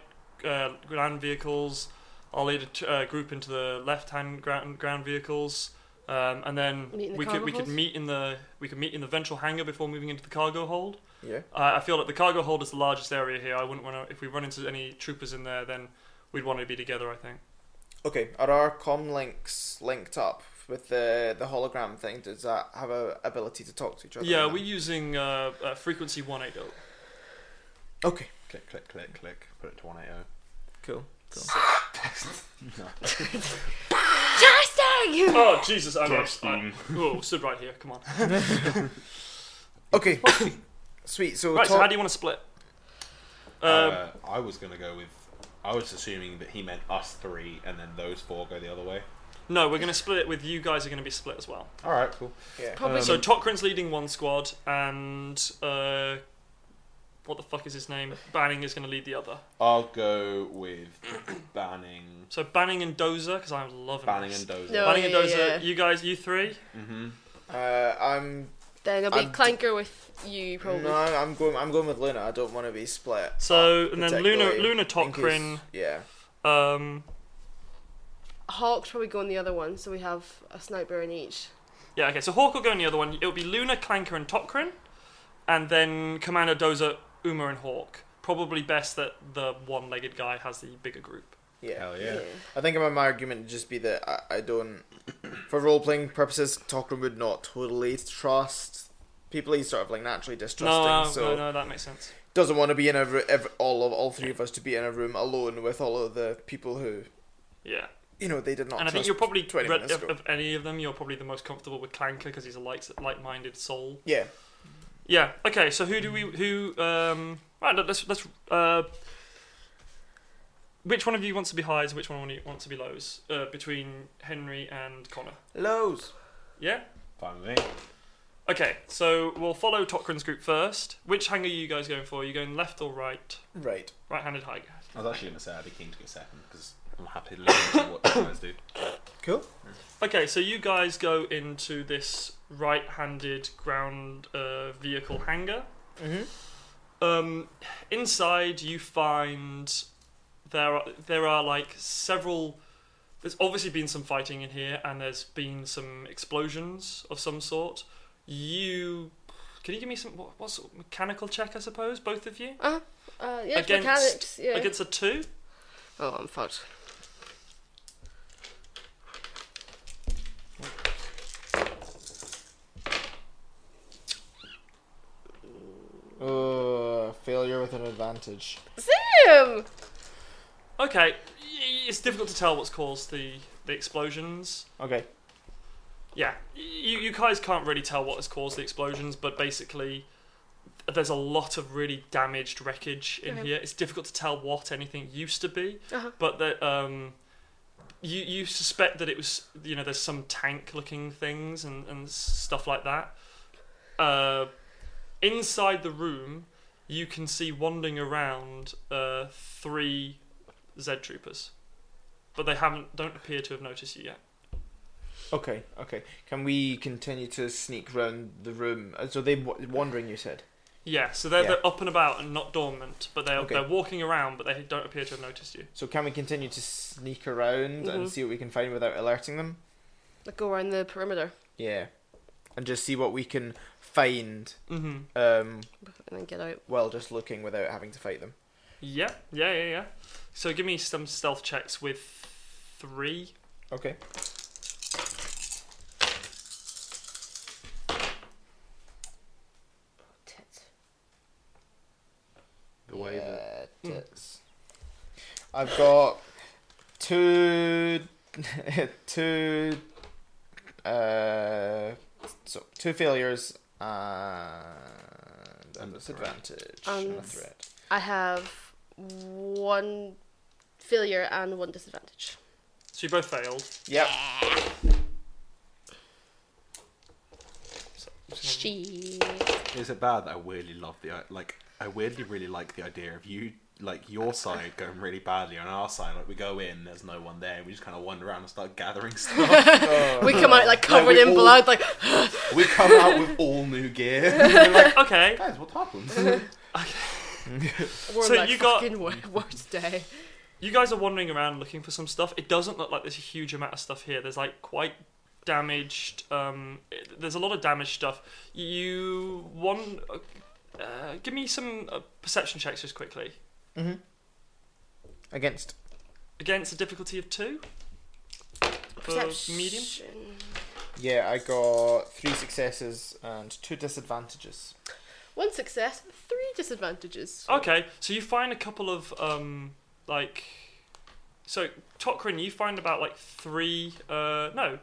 Speaker 5: uh, ground vehicles. I'll lead a t- uh, group into the left-hand ground, ground vehicles, um, and then
Speaker 7: Meet in the
Speaker 5: we could
Speaker 7: cargo
Speaker 5: we could
Speaker 7: holds?
Speaker 5: meet in the we could meet in the ventral hangar before moving into the cargo hold.
Speaker 4: Yeah.
Speaker 5: Uh, I feel that the cargo hold is the largest area here. I wouldn't want to if we run into any troopers in there, then we'd want to be together. I think.
Speaker 4: Okay, are our comm links linked up with the the hologram thing? Does that have a ability to talk to each other?
Speaker 5: Yeah,
Speaker 4: now?
Speaker 5: we're using uh, uh, frequency one eight zero.
Speaker 4: Okay,
Speaker 2: Click, click, click, click. Put it to oh. 180.
Speaker 4: cool. cool.
Speaker 2: [LAUGHS]
Speaker 7: [LAUGHS]
Speaker 12: Testing!
Speaker 5: Oh Jesus! I'm, I'm, i whoa, stood right here. Come on.
Speaker 4: Okay, [COUGHS] sweet. So,
Speaker 5: Right. So
Speaker 4: talk-
Speaker 5: how do you want to split?
Speaker 2: [LAUGHS]
Speaker 5: Uh,
Speaker 2: Uh, I was gonna go with. I was assuming that he meant us three, and then those four go the other way.
Speaker 5: no, we're going to split it with you guys. Are going to be split as well.
Speaker 2: All right, cool.
Speaker 4: yeah.
Speaker 12: Probably
Speaker 2: Um,
Speaker 5: so Tokrin's leading one squad, and uh, what the fuck is his name? Banning is going to lead the other.
Speaker 2: I'll go with [COUGHS] banning,
Speaker 5: So Banning and Dozer, because I'm loving
Speaker 2: banning
Speaker 5: this.
Speaker 2: and Dozer.
Speaker 7: No.
Speaker 5: Banning and
Speaker 7: yeah,
Speaker 5: Dozer,
Speaker 7: yeah.
Speaker 5: you guys, you three.
Speaker 2: Mm-hmm.
Speaker 4: Uh, I'm
Speaker 7: Then it'll be
Speaker 4: I'm-
Speaker 7: Clanker with you probably.
Speaker 4: no, I'm going. I'm going with Luna. I don't want to be split.
Speaker 5: So and then Luna,
Speaker 4: particularly
Speaker 5: Luna
Speaker 4: in case-
Speaker 5: Tokrin.
Speaker 4: Yeah.
Speaker 5: Um,
Speaker 7: Hawk's probably going the other one, so we have a sniper in each.
Speaker 5: yeah, okay. So Hawk will go in the other one. It'll be Luna, Clanker, and Tokrin, and then Commander Dozer, Uma, and Hawk. Probably best that the one-legged guy has the bigger group.
Speaker 4: Yeah.
Speaker 2: Hell yeah.
Speaker 4: I think my my argument would just be that I, I don't, for role playing purposes, Tokrim would not totally trust people. He's sort of like naturally distrusting,
Speaker 5: No, no,
Speaker 4: so
Speaker 5: no, no, that makes sense.
Speaker 4: doesn't want to be in a ro- ev- all of all three of us to be in a room alone with all of the people who
Speaker 5: Yeah.
Speaker 4: you know they did not.
Speaker 5: and I
Speaker 4: trust
Speaker 5: think you're probably
Speaker 4: 20
Speaker 5: re-
Speaker 4: minutes
Speaker 5: of,
Speaker 4: ago.
Speaker 5: of any of them, you're probably the most comfortable with Clanker because he's a like like-minded soul.
Speaker 4: yeah.
Speaker 5: Yeah. Okay. So who do we who um right? let- Let's let's uh. Which one of you wants to be highs? and Which one want- wants to be lows? Uh, between Henry and Connor.
Speaker 4: Lows.
Speaker 5: Yeah.
Speaker 2: Fine with me.
Speaker 5: Okay. So we'll follow Tokrin's group first. Which hang are you guys going for? Are you going left or right?
Speaker 4: Right.
Speaker 5: Right-handed high guy.
Speaker 2: I was actually gonna say I'd be keen to go second because I'm happy to listen to what you guys do.
Speaker 4: Cool.
Speaker 5: Okay. So you guys go into this right-handed ground uh, vehicle hangar.
Speaker 4: Mm-hmm.
Speaker 5: Um, inside, you find there are there are like several. There's obviously been some fighting in here, and there's been some explosions of some sort. You can you give me some what, what's mechanical check? I suppose both of you
Speaker 7: Uh, yeah, it's
Speaker 5: Against-
Speaker 7: mechanics. Yeah.
Speaker 5: against a two.
Speaker 7: Oh, I'm fucked.
Speaker 4: Uh, failure with an advantage.
Speaker 7: Damn!
Speaker 5: Okay, y- it's difficult to tell what's caused the the explosions.
Speaker 4: Okay.
Speaker 5: Yeah, you, you guys can't really tell what has caused the explosions, but basically, there's a lot of really damaged wreckage in
Speaker 7: Okay.
Speaker 5: here. It's difficult to tell what anything used to be,
Speaker 7: Uh-huh.
Speaker 5: but that um, you you suspect that it was you know there's some tank looking things and and stuff like that. Uh, inside the room, you can see wandering around uh, three Z troopers, but they haven't don't appear to have noticed you yet.
Speaker 4: Okay. Okay. Can we continue to sneak round the room? Uh, So they w- wandering. You said.
Speaker 5: Yeah, so they're,
Speaker 4: Yeah.
Speaker 5: they're up and about and not dormant, but they're,
Speaker 4: Okay.
Speaker 5: they're walking around, but they don't appear to have noticed you.
Speaker 4: So can we continue to sneak around
Speaker 7: Mhm.
Speaker 4: and see what we can find without alerting them?
Speaker 7: Like go around the perimeter
Speaker 4: Yeah. And just see what we can find.
Speaker 5: Mm-hmm.
Speaker 4: Um.
Speaker 7: and then get out.
Speaker 4: While just looking without having to fight them.
Speaker 5: Yeah, yeah, yeah, yeah. So give me some stealth checks with three.
Speaker 4: Okay.
Speaker 2: The way that
Speaker 4: Yeah, tits. I've got
Speaker 6: [LAUGHS]
Speaker 4: two, two, uh, so two failures and a
Speaker 2: And a threat.
Speaker 4: disadvantage
Speaker 7: And
Speaker 4: and a threat.
Speaker 7: I have one failure and one disadvantage.
Speaker 5: So you both failed.
Speaker 4: Yep.
Speaker 2: [LAUGHS]
Speaker 7: Shit.
Speaker 2: is it bad that I weirdly love the i- like I weirdly really like the idea of you like your side going really badly on our side like we go in there's no one there and we just kind of wander around and start gathering [LAUGHS] stuff.
Speaker 7: We come out like covered
Speaker 2: we
Speaker 7: in
Speaker 2: all-
Speaker 7: blood, like
Speaker 2: we come out with all
Speaker 6: [LAUGHS]
Speaker 2: new gear.
Speaker 5: You're like, okay,
Speaker 2: Guys, what happened?
Speaker 7: we're
Speaker 5: So
Speaker 7: like
Speaker 5: you got-
Speaker 7: fucking wor- [LAUGHS] worst day.
Speaker 5: you guys are wandering around looking for some stuff. It doesn't look like there's a huge amount of stuff here. There's like quite damaged. Um, it- there's a lot of damaged stuff. You one, uh, give me some uh, perception checks just quickly
Speaker 6: Against.
Speaker 5: against a difficulty of two. For medium.
Speaker 6: Yeah, I got three successes and two disadvantages.
Speaker 7: One success, three disadvantages.
Speaker 5: Okay, so you find a couple of um like so Tokrin, you find about like three uh no.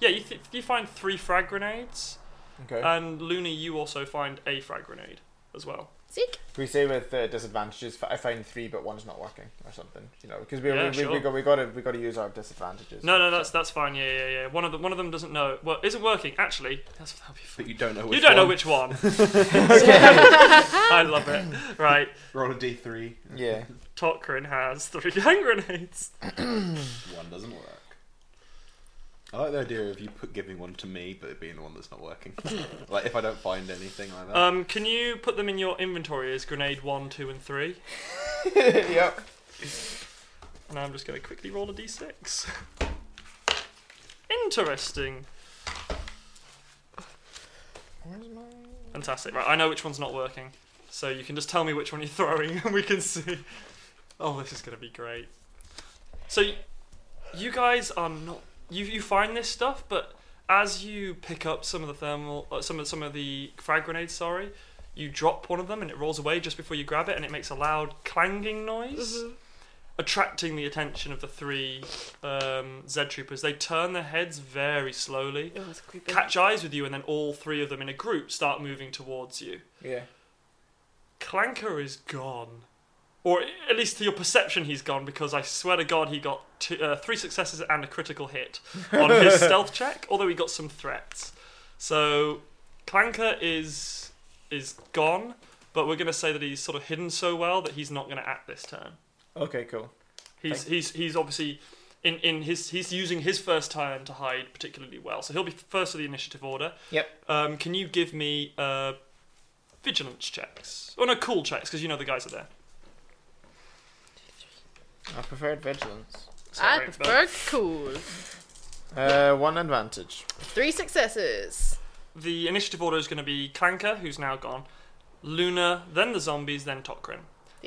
Speaker 5: Yeah, you th- you find three frag grenades,
Speaker 6: Okay.
Speaker 5: and Luna, you also find a frag grenade as well.
Speaker 7: Seek.
Speaker 6: we say with uh, disadvantages, I find three, but one's not working or something. You know, because we,
Speaker 5: Yeah,
Speaker 6: we, we,
Speaker 5: sure.
Speaker 6: we got we got to we got to use our disadvantages.
Speaker 5: No, no, that's that's fine. Yeah, yeah, yeah. One of them, one of them doesn't know. Well, isn't working actually. That's that'll be fun.
Speaker 2: [LAUGHS] But you don't know. Which
Speaker 5: You don't know
Speaker 2: one.
Speaker 5: which
Speaker 2: [LAUGHS]
Speaker 5: one. I love it. Right,
Speaker 2: Roll a d three.
Speaker 6: yeah. [LAUGHS]
Speaker 5: Tokrin has three [LAUGHS] hand grenades.
Speaker 2: One doesn't work. I like the idea of you put giving one to me, but it being the one that's not working. [LAUGHS] like if I don't find anything like that.
Speaker 5: Um, can you put them in your inventory as grenade one, two, and three?
Speaker 6: yep.
Speaker 5: And I'm just going to quickly roll a d6. Interesting. Fantastic. Right, I know which one's not working. So you can just tell me which one you're throwing and we can see. Oh, this is going to be great. So y- you guys are not. You, you find this stuff, but as you pick up some of the thermal. Uh, some, of, some of the frag grenades, sorry, you drop one of them and it rolls away just before you grab it and it makes a loud clanging noise attracting the attention of the three um, Z troopers. They turn their heads very slowly,
Speaker 7: Oh, that's creepy.
Speaker 5: catch eyes with you, and then all three of them in a group start moving towards you.
Speaker 6: Yeah.
Speaker 5: Clanker is gone. Or at least to your perception, he's gone because I swear to God he got two, uh, three successes and a critical hit on his stealth check, although he got some threats. So Clanker is is gone, but we're going to say that he's sort of hidden so well that he's not going to act this turn.
Speaker 6: Okay. Cool.
Speaker 5: He's he's he's obviously in, in his he's using his first turn to hide particularly well. So he'll be first of the initiative order.
Speaker 6: Yep.
Speaker 5: Um, can you give me uh, vigilance checks? Oh no, cool checks because you know the guys are there.
Speaker 6: I preferred vigilance.
Speaker 7: I
Speaker 5: Sorry, but-
Speaker 7: prefer cool.
Speaker 6: Uh, one advantage.
Speaker 7: Three successes.
Speaker 5: The initiative order is going to be Clanker, who's now gone, Luna, then the zombies, then Tokrin.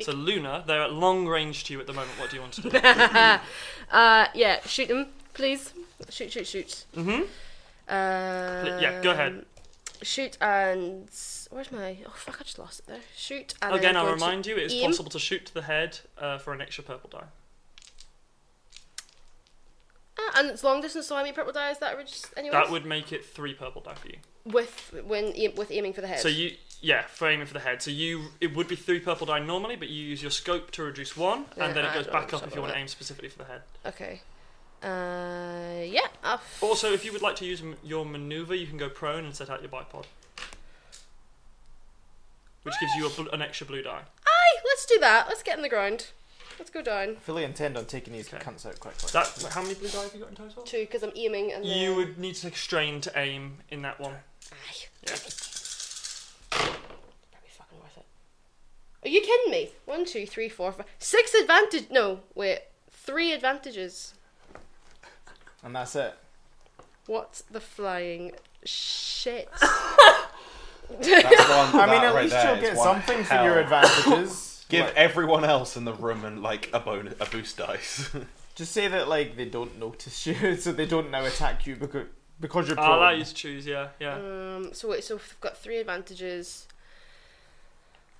Speaker 5: So Luna, they're at long range to you at the moment. What do
Speaker 7: [LAUGHS]
Speaker 5: you want to do?
Speaker 7: Uh, yeah, shoot them, please. Shoot, shoot, shoot.
Speaker 5: mm-hmm.
Speaker 7: Um,
Speaker 5: Yeah, go ahead.
Speaker 7: Shoot and where's my? Oh fuck! I just lost it there. Shoot and
Speaker 5: Again,
Speaker 7: I'm
Speaker 5: I'll
Speaker 7: going to
Speaker 5: remind you, it is
Speaker 7: aim.
Speaker 5: possible to shoot to the head uh, for an extra purple die.
Speaker 7: Ah, and it's long distance, so I mean purple die. Is that original? Anyway,
Speaker 5: That would make it three purple die for you.
Speaker 7: with when aim- with aiming for the head.
Speaker 5: So you, yeah, framing for the head. So you, it would be three purple die normally, but you use your scope to reduce one,
Speaker 7: Yeah,
Speaker 5: and then
Speaker 7: I
Speaker 5: it goes
Speaker 7: don't
Speaker 5: back
Speaker 7: know
Speaker 5: up if you
Speaker 7: about
Speaker 5: want to
Speaker 7: that.
Speaker 5: aim specifically for the head.
Speaker 7: okay? Uh, yeah. i f-
Speaker 5: Also, if you would like to use m- your maneuver, you can go prone and set out your bipod, which gives you a bl- an extra blue die.
Speaker 7: Aye, let's do that. Let's get in the ground. Let's go down
Speaker 6: I fully intend on taking these
Speaker 5: Okay.
Speaker 6: cunts out quickly.
Speaker 5: That how many blue die have you got in total?
Speaker 7: two because I'm aiming and then
Speaker 5: You would need to take strain to aim in that one.
Speaker 7: Probably fucking worth it. Are you kidding me? One, two, three, four, five, six advantage. No, wait, three advantages.
Speaker 6: And that's it.
Speaker 7: What the flying shit?
Speaker 5: [LAUGHS]
Speaker 2: That's
Speaker 6: [LAUGHS]
Speaker 2: one,
Speaker 6: I mean,
Speaker 2: that
Speaker 6: at
Speaker 2: right
Speaker 6: least
Speaker 2: there
Speaker 6: you'll
Speaker 2: is
Speaker 6: get
Speaker 2: one
Speaker 6: something for
Speaker 2: hell.
Speaker 6: your advantages.
Speaker 2: [COUGHS] Give
Speaker 6: Like,
Speaker 2: everyone else in the room and like a bonus, a boost dice.
Speaker 6: just say that like they don't notice you, [LAUGHS] so they don't now attack you because because you're
Speaker 5: I'll allow
Speaker 6: prone.
Speaker 5: you to choose. Yeah, yeah.
Speaker 7: Um, so wait, so we've got three advantages.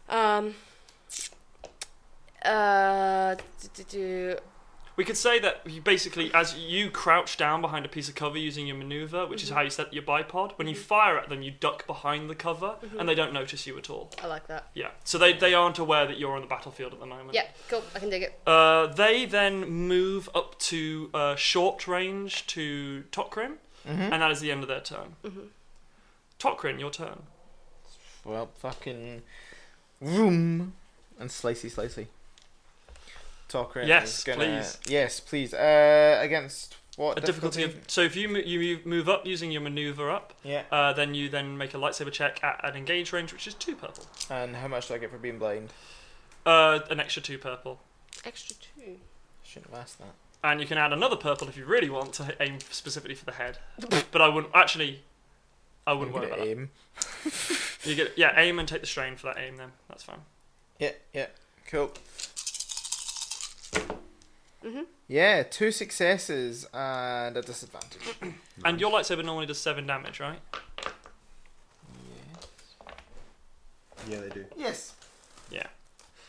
Speaker 7: Um. Uh. d- d- d-
Speaker 5: We could say that you basically, as you crouch down behind a piece of cover using your maneuver, which is how you set your bipod, when you fire at them, you duck behind the cover and they don't notice you at all.
Speaker 7: I like that.
Speaker 5: Yeah. So they, they aren't aware that you're on the battlefield at the moment.
Speaker 7: Yeah, cool. I can dig it.
Speaker 5: Uh, they then move up to uh, short range to Tokrin, and that is the end of their turn. Tokrin, your turn.
Speaker 6: Well, fucking room and slicey, slicey. Talker.
Speaker 5: Yes,
Speaker 6: gonna,
Speaker 5: please.
Speaker 6: Yes, please. Uh, against what
Speaker 5: A difficulty of so if you mo- you move- move up using your maneuver up,
Speaker 6: Yeah.
Speaker 5: uh, then you then make a lightsaber check at an engage range, which is two purple,
Speaker 6: And how much do I get for being blind?
Speaker 5: uh, an extra two purple.
Speaker 7: Extra two.
Speaker 6: Shouldn't have asked that.
Speaker 5: And you can add another purple if you really want to aim specifically for the head. but I wouldn't actually. I wouldn't
Speaker 6: I'm
Speaker 5: worry
Speaker 6: gonna
Speaker 5: about
Speaker 6: aim.
Speaker 5: that. You get yeah, aim and take the strain for that aim. Then that's fine.
Speaker 6: Yeah, yeah. Cool.
Speaker 7: Mhm.
Speaker 6: Yeah, two successes and a disadvantage.
Speaker 5: And your lightsaber normally does seven damage, right?
Speaker 2: Yeah, they do.
Speaker 6: Yes.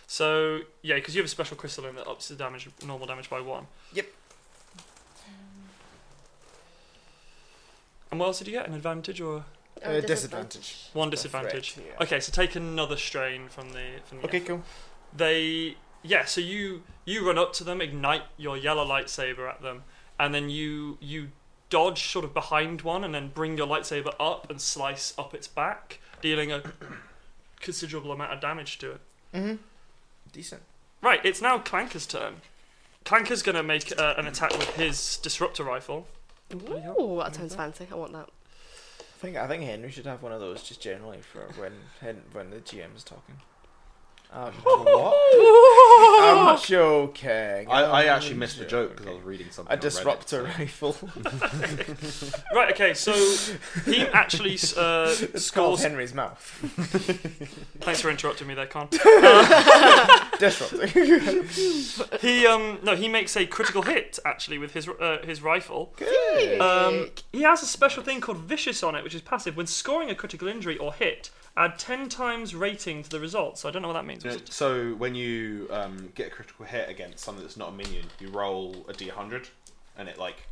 Speaker 5: So yeah, because you have a special crystalline that ups the damage, normal damage by one.
Speaker 6: Yep.
Speaker 5: And what else did you get? An advantage or
Speaker 6: Uh, disadvantage.
Speaker 5: one
Speaker 6: The threat,
Speaker 5: disadvantage?
Speaker 6: yeah.
Speaker 5: Okay, so take another strain from the from the.
Speaker 6: Okay, cool.
Speaker 5: They yeah. So you you run up to them, ignite your yellow lightsaber at them, and then you you dodge sort of behind one, and then bring your lightsaber up and slice up its back, dealing a [COUGHS] considerable amount of damage to it.
Speaker 6: Decent.
Speaker 5: Right, it's now Clanker's turn. Clanker's going to make uh, an attack with his disruptor rifle.
Speaker 7: Ooh, that
Speaker 5: Mm-hmm.
Speaker 7: sounds fancy. I want that.
Speaker 6: I think I think Henry should have one of those just generally for when Hen- when the GM is talking. [LAUGHS] Um, what? I'm joking.
Speaker 2: I, I
Speaker 6: I'm
Speaker 2: actually missed the joke because I
Speaker 6: joking.
Speaker 2: was reading
Speaker 6: [LAUGHS]
Speaker 2: something.
Speaker 6: A
Speaker 2: on Reddit,
Speaker 6: disruptor
Speaker 2: so-
Speaker 5: [LAUGHS]
Speaker 6: rifle.
Speaker 5: Right, okay, so
Speaker 6: [LAUGHS]
Speaker 5: he actually uh,
Speaker 6: It's called
Speaker 5: scores.
Speaker 6: Henry's
Speaker 5: [LAUGHS]
Speaker 6: mouth.
Speaker 5: Thanks for interrupting me there, Con. Uh, [LAUGHS]
Speaker 6: Disruptor. [LAUGHS]
Speaker 5: He um no, he makes a critical hit actually with his uh, his rifle.
Speaker 6: Good.
Speaker 5: Um, he has a special thing called vicious on it, which is passive. When scoring a critical injury or hit, add ten times rating to the result. So I don't know what that means.
Speaker 2: So- So when you um, get a critical hit against something that's not a minion, you roll a d100, and it like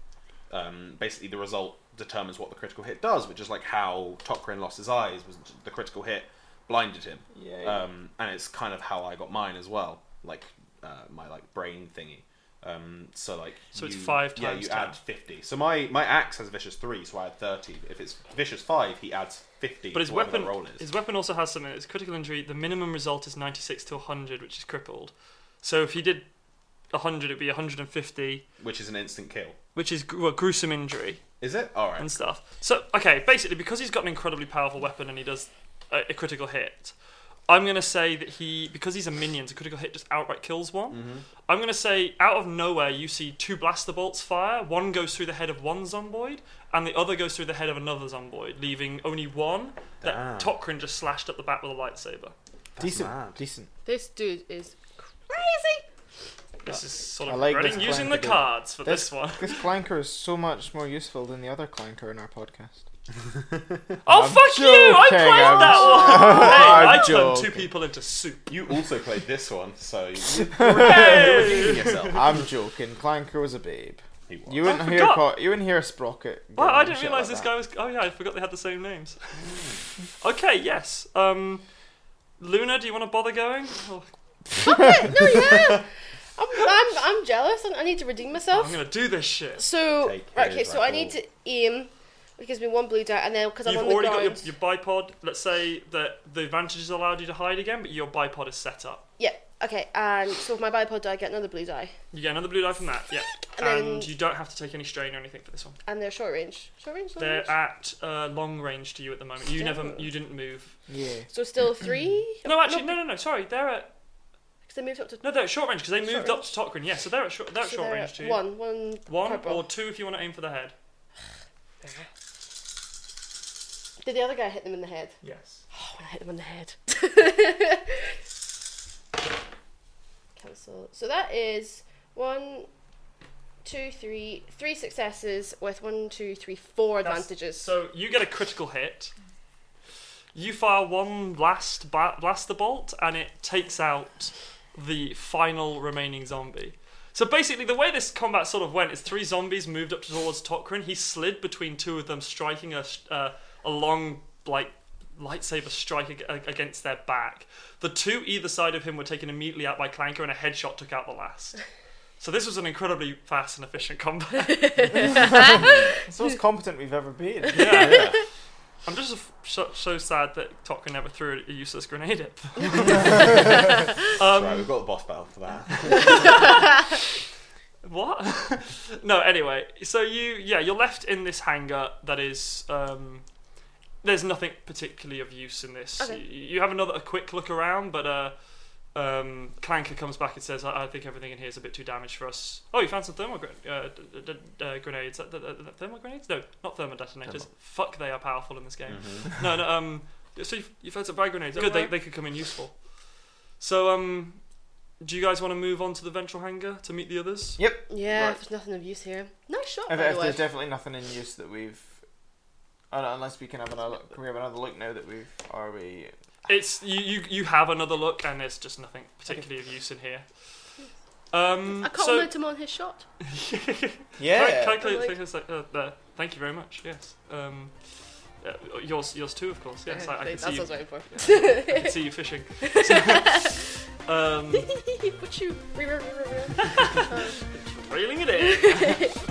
Speaker 2: um, basically the result determines what the critical hit does, which is like how Tokrin lost his eyes was the critical hit blinded him,
Speaker 6: Yeah, yeah.
Speaker 2: um, and it's kind of how I got mine as well, like uh, my like brain thingy. Um, so like
Speaker 5: So it's five
Speaker 2: yeah,
Speaker 5: times
Speaker 2: you
Speaker 5: 10.
Speaker 2: add fifty. So my my axe has vicious three, so I add thirty. If it's vicious five, he adds fifty.
Speaker 5: But his
Speaker 2: to whatever
Speaker 5: weapon,
Speaker 2: the roll is.
Speaker 5: his weapon also has something. It's critical injury. The minimum result is ninety six to hundred, which is crippled. So if he did hundred, it'd be hundred and fifty,
Speaker 2: which is an instant kill.
Speaker 5: which is gr- a gruesome injury
Speaker 2: Is it all right?
Speaker 5: and stuff. So okay, basically because he's got an incredibly powerful weapon and he does a, a critical hit, I'm gonna say that he because he's a minion, so critical hit just outright kills one.
Speaker 6: Mm-hmm.
Speaker 5: I'm gonna say out of nowhere you see two blaster bolts fire. One goes through the head of one zomboid, and the other goes through the head of another zomboid, leaving only
Speaker 2: Damn.
Speaker 5: one that Tokrin just slashed at the back with a lightsaber.
Speaker 6: Decent.
Speaker 2: mad.
Speaker 6: Decent.
Speaker 7: This dude
Speaker 5: [LAUGHS]
Speaker 7: is.
Speaker 5: This is sort
Speaker 6: I
Speaker 5: of
Speaker 6: like
Speaker 5: regretting
Speaker 6: this
Speaker 5: using
Speaker 6: plan
Speaker 5: the
Speaker 6: to do.
Speaker 5: cards for
Speaker 6: This-
Speaker 5: this one.
Speaker 6: This clanker is so much more useful than the other clanker in our
Speaker 5: [LAUGHS]
Speaker 6: podcast.
Speaker 5: Oh
Speaker 6: I'm
Speaker 5: fuck you! I
Speaker 6: joking,
Speaker 5: played
Speaker 6: I'm [LAUGHS]
Speaker 5: that one.
Speaker 6: I'm
Speaker 5: hey, I turned
Speaker 6: joking.
Speaker 5: two people into soup.
Speaker 2: You also played this one, so you
Speaker 5: Hey!
Speaker 2: yourself.
Speaker 6: I'm joking. Clanker was a babe.
Speaker 2: He was.
Speaker 6: You wouldn't
Speaker 5: I
Speaker 6: hear
Speaker 5: forgot.
Speaker 6: co- you wouldn't hear a sprocket.
Speaker 5: Well,
Speaker 6: going
Speaker 5: I
Speaker 6: and
Speaker 5: didn't
Speaker 6: shit
Speaker 5: realise
Speaker 6: like
Speaker 5: this guy was. Oh yeah, I forgot they had the same names. okay, yes. Um, Luna, do you want to bother going? Oh, Or-
Speaker 7: No, yeah! I'm, I'm, I'm jealous and I need to redeem myself.
Speaker 5: I'm gonna do this shit.
Speaker 7: So,
Speaker 2: Take
Speaker 7: right,
Speaker 2: his
Speaker 7: okay, so I need
Speaker 2: rifle.
Speaker 7: to aim, which gives me one blue die, and then because I'm
Speaker 5: You've
Speaker 7: on the
Speaker 5: already got
Speaker 7: ground.
Speaker 5: your, your bipod. Let's say that the advantage is allowed you to hide again, but your bipod is set up.
Speaker 7: Yeah, okay, and so with my bipod die, I get another blue die,
Speaker 5: You get another blue die from that. Yeah,
Speaker 7: And then-
Speaker 5: and you don't have to take any strain or anything for this one.
Speaker 7: and they're short range. Short range? Long range?
Speaker 5: They're at uh, long range to you at the moment. You never, you didn't move.
Speaker 6: that. Yeah.
Speaker 7: So still three?
Speaker 5: No, actually, no, no, no. Sorry, they're at
Speaker 7: Because they moved up to.
Speaker 5: no, they're at short range because they
Speaker 7: Short
Speaker 5: moved up to Tokrin. Yeah, so they're at short, they're at
Speaker 7: so
Speaker 5: short
Speaker 7: they're
Speaker 5: range
Speaker 7: at
Speaker 5: to you.
Speaker 7: One, one,
Speaker 5: One
Speaker 7: purple.
Speaker 5: or two if you want to aim for the head.
Speaker 7: Did the other guy hit them in the head?
Speaker 5: Yes.
Speaker 7: Oh, I hit them in the
Speaker 5: [LAUGHS]
Speaker 7: head. Cancel. So that is one, two, three, three successes with one, two, three, four
Speaker 5: That's-
Speaker 7: advantages.
Speaker 5: So you get a critical hit. You fire one last ba- blaster bolt, and it takes out the final remaining zombie. So basically, the way this combat sort of went is three zombies moved up towards Tokrin. He slid between two of them, striking a sh- uh, a long like lightsaber strike ag- ag- against their back. The two either side of him were taken immediately out by Clanker, and a headshot took out the last. So this was an incredibly fast and efficient combat.
Speaker 6: It's the most
Speaker 5: [LAUGHS]
Speaker 6: competent we've ever been.
Speaker 5: Yeah, I'm just f- so, so sad that Tokra never threw a useless grenade at them. [LAUGHS]
Speaker 2: right, we've got the boss battle for that.
Speaker 5: What? [LAUGHS] no, anyway. So you, yeah, you're left in this hangar that is. Um, there's nothing particularly of use in this.
Speaker 7: Okay.
Speaker 5: Y- You, have another a quick look around, but uh, Um, Clanker comes back and says, I, I think everything in here is a bit too damaged for us. Oh, you found some thermal gren- uh, d- d- d- uh, grenades. Uh, th- th- th- thermal grenades? No, not thermal detonators. Fuck, they are powerful in this game.
Speaker 2: Mm-hmm.
Speaker 5: no, no, um, so you've, you've had some frag grenades. Good, they,
Speaker 8: Alright.
Speaker 5: they could come in useful. So, um, do you guys want to move on to the ventral hangar to meet the others?
Speaker 7: Yeah,
Speaker 6: Right.
Speaker 7: there's nothing of use here. Nice shot,
Speaker 6: If,
Speaker 7: by
Speaker 6: if
Speaker 7: the way.
Speaker 6: there's definitely nothing in use that we've, I don't- unless we can have another, can we have another look now that we've, are we?
Speaker 5: It's you, you, you have another look, and there's just nothing particularly of use in here. Um,
Speaker 7: I
Speaker 5: so, [LAUGHS]
Speaker 7: compliment him on his shot. [LAUGHS]
Speaker 6: Yeah.
Speaker 5: Can I- can I-
Speaker 7: I'm like-
Speaker 5: can I say- uh, there. Thank you very much. Yes. Um, uh, yours, yours too, of course. Yes, I, I can
Speaker 7: That's
Speaker 5: see
Speaker 7: what I
Speaker 5: you.
Speaker 7: was waiting for.
Speaker 5: I can see
Speaker 7: [LAUGHS]
Speaker 5: you fishing. [LAUGHS] So- um,
Speaker 7: Put you. [LAUGHS]
Speaker 5: railing it in.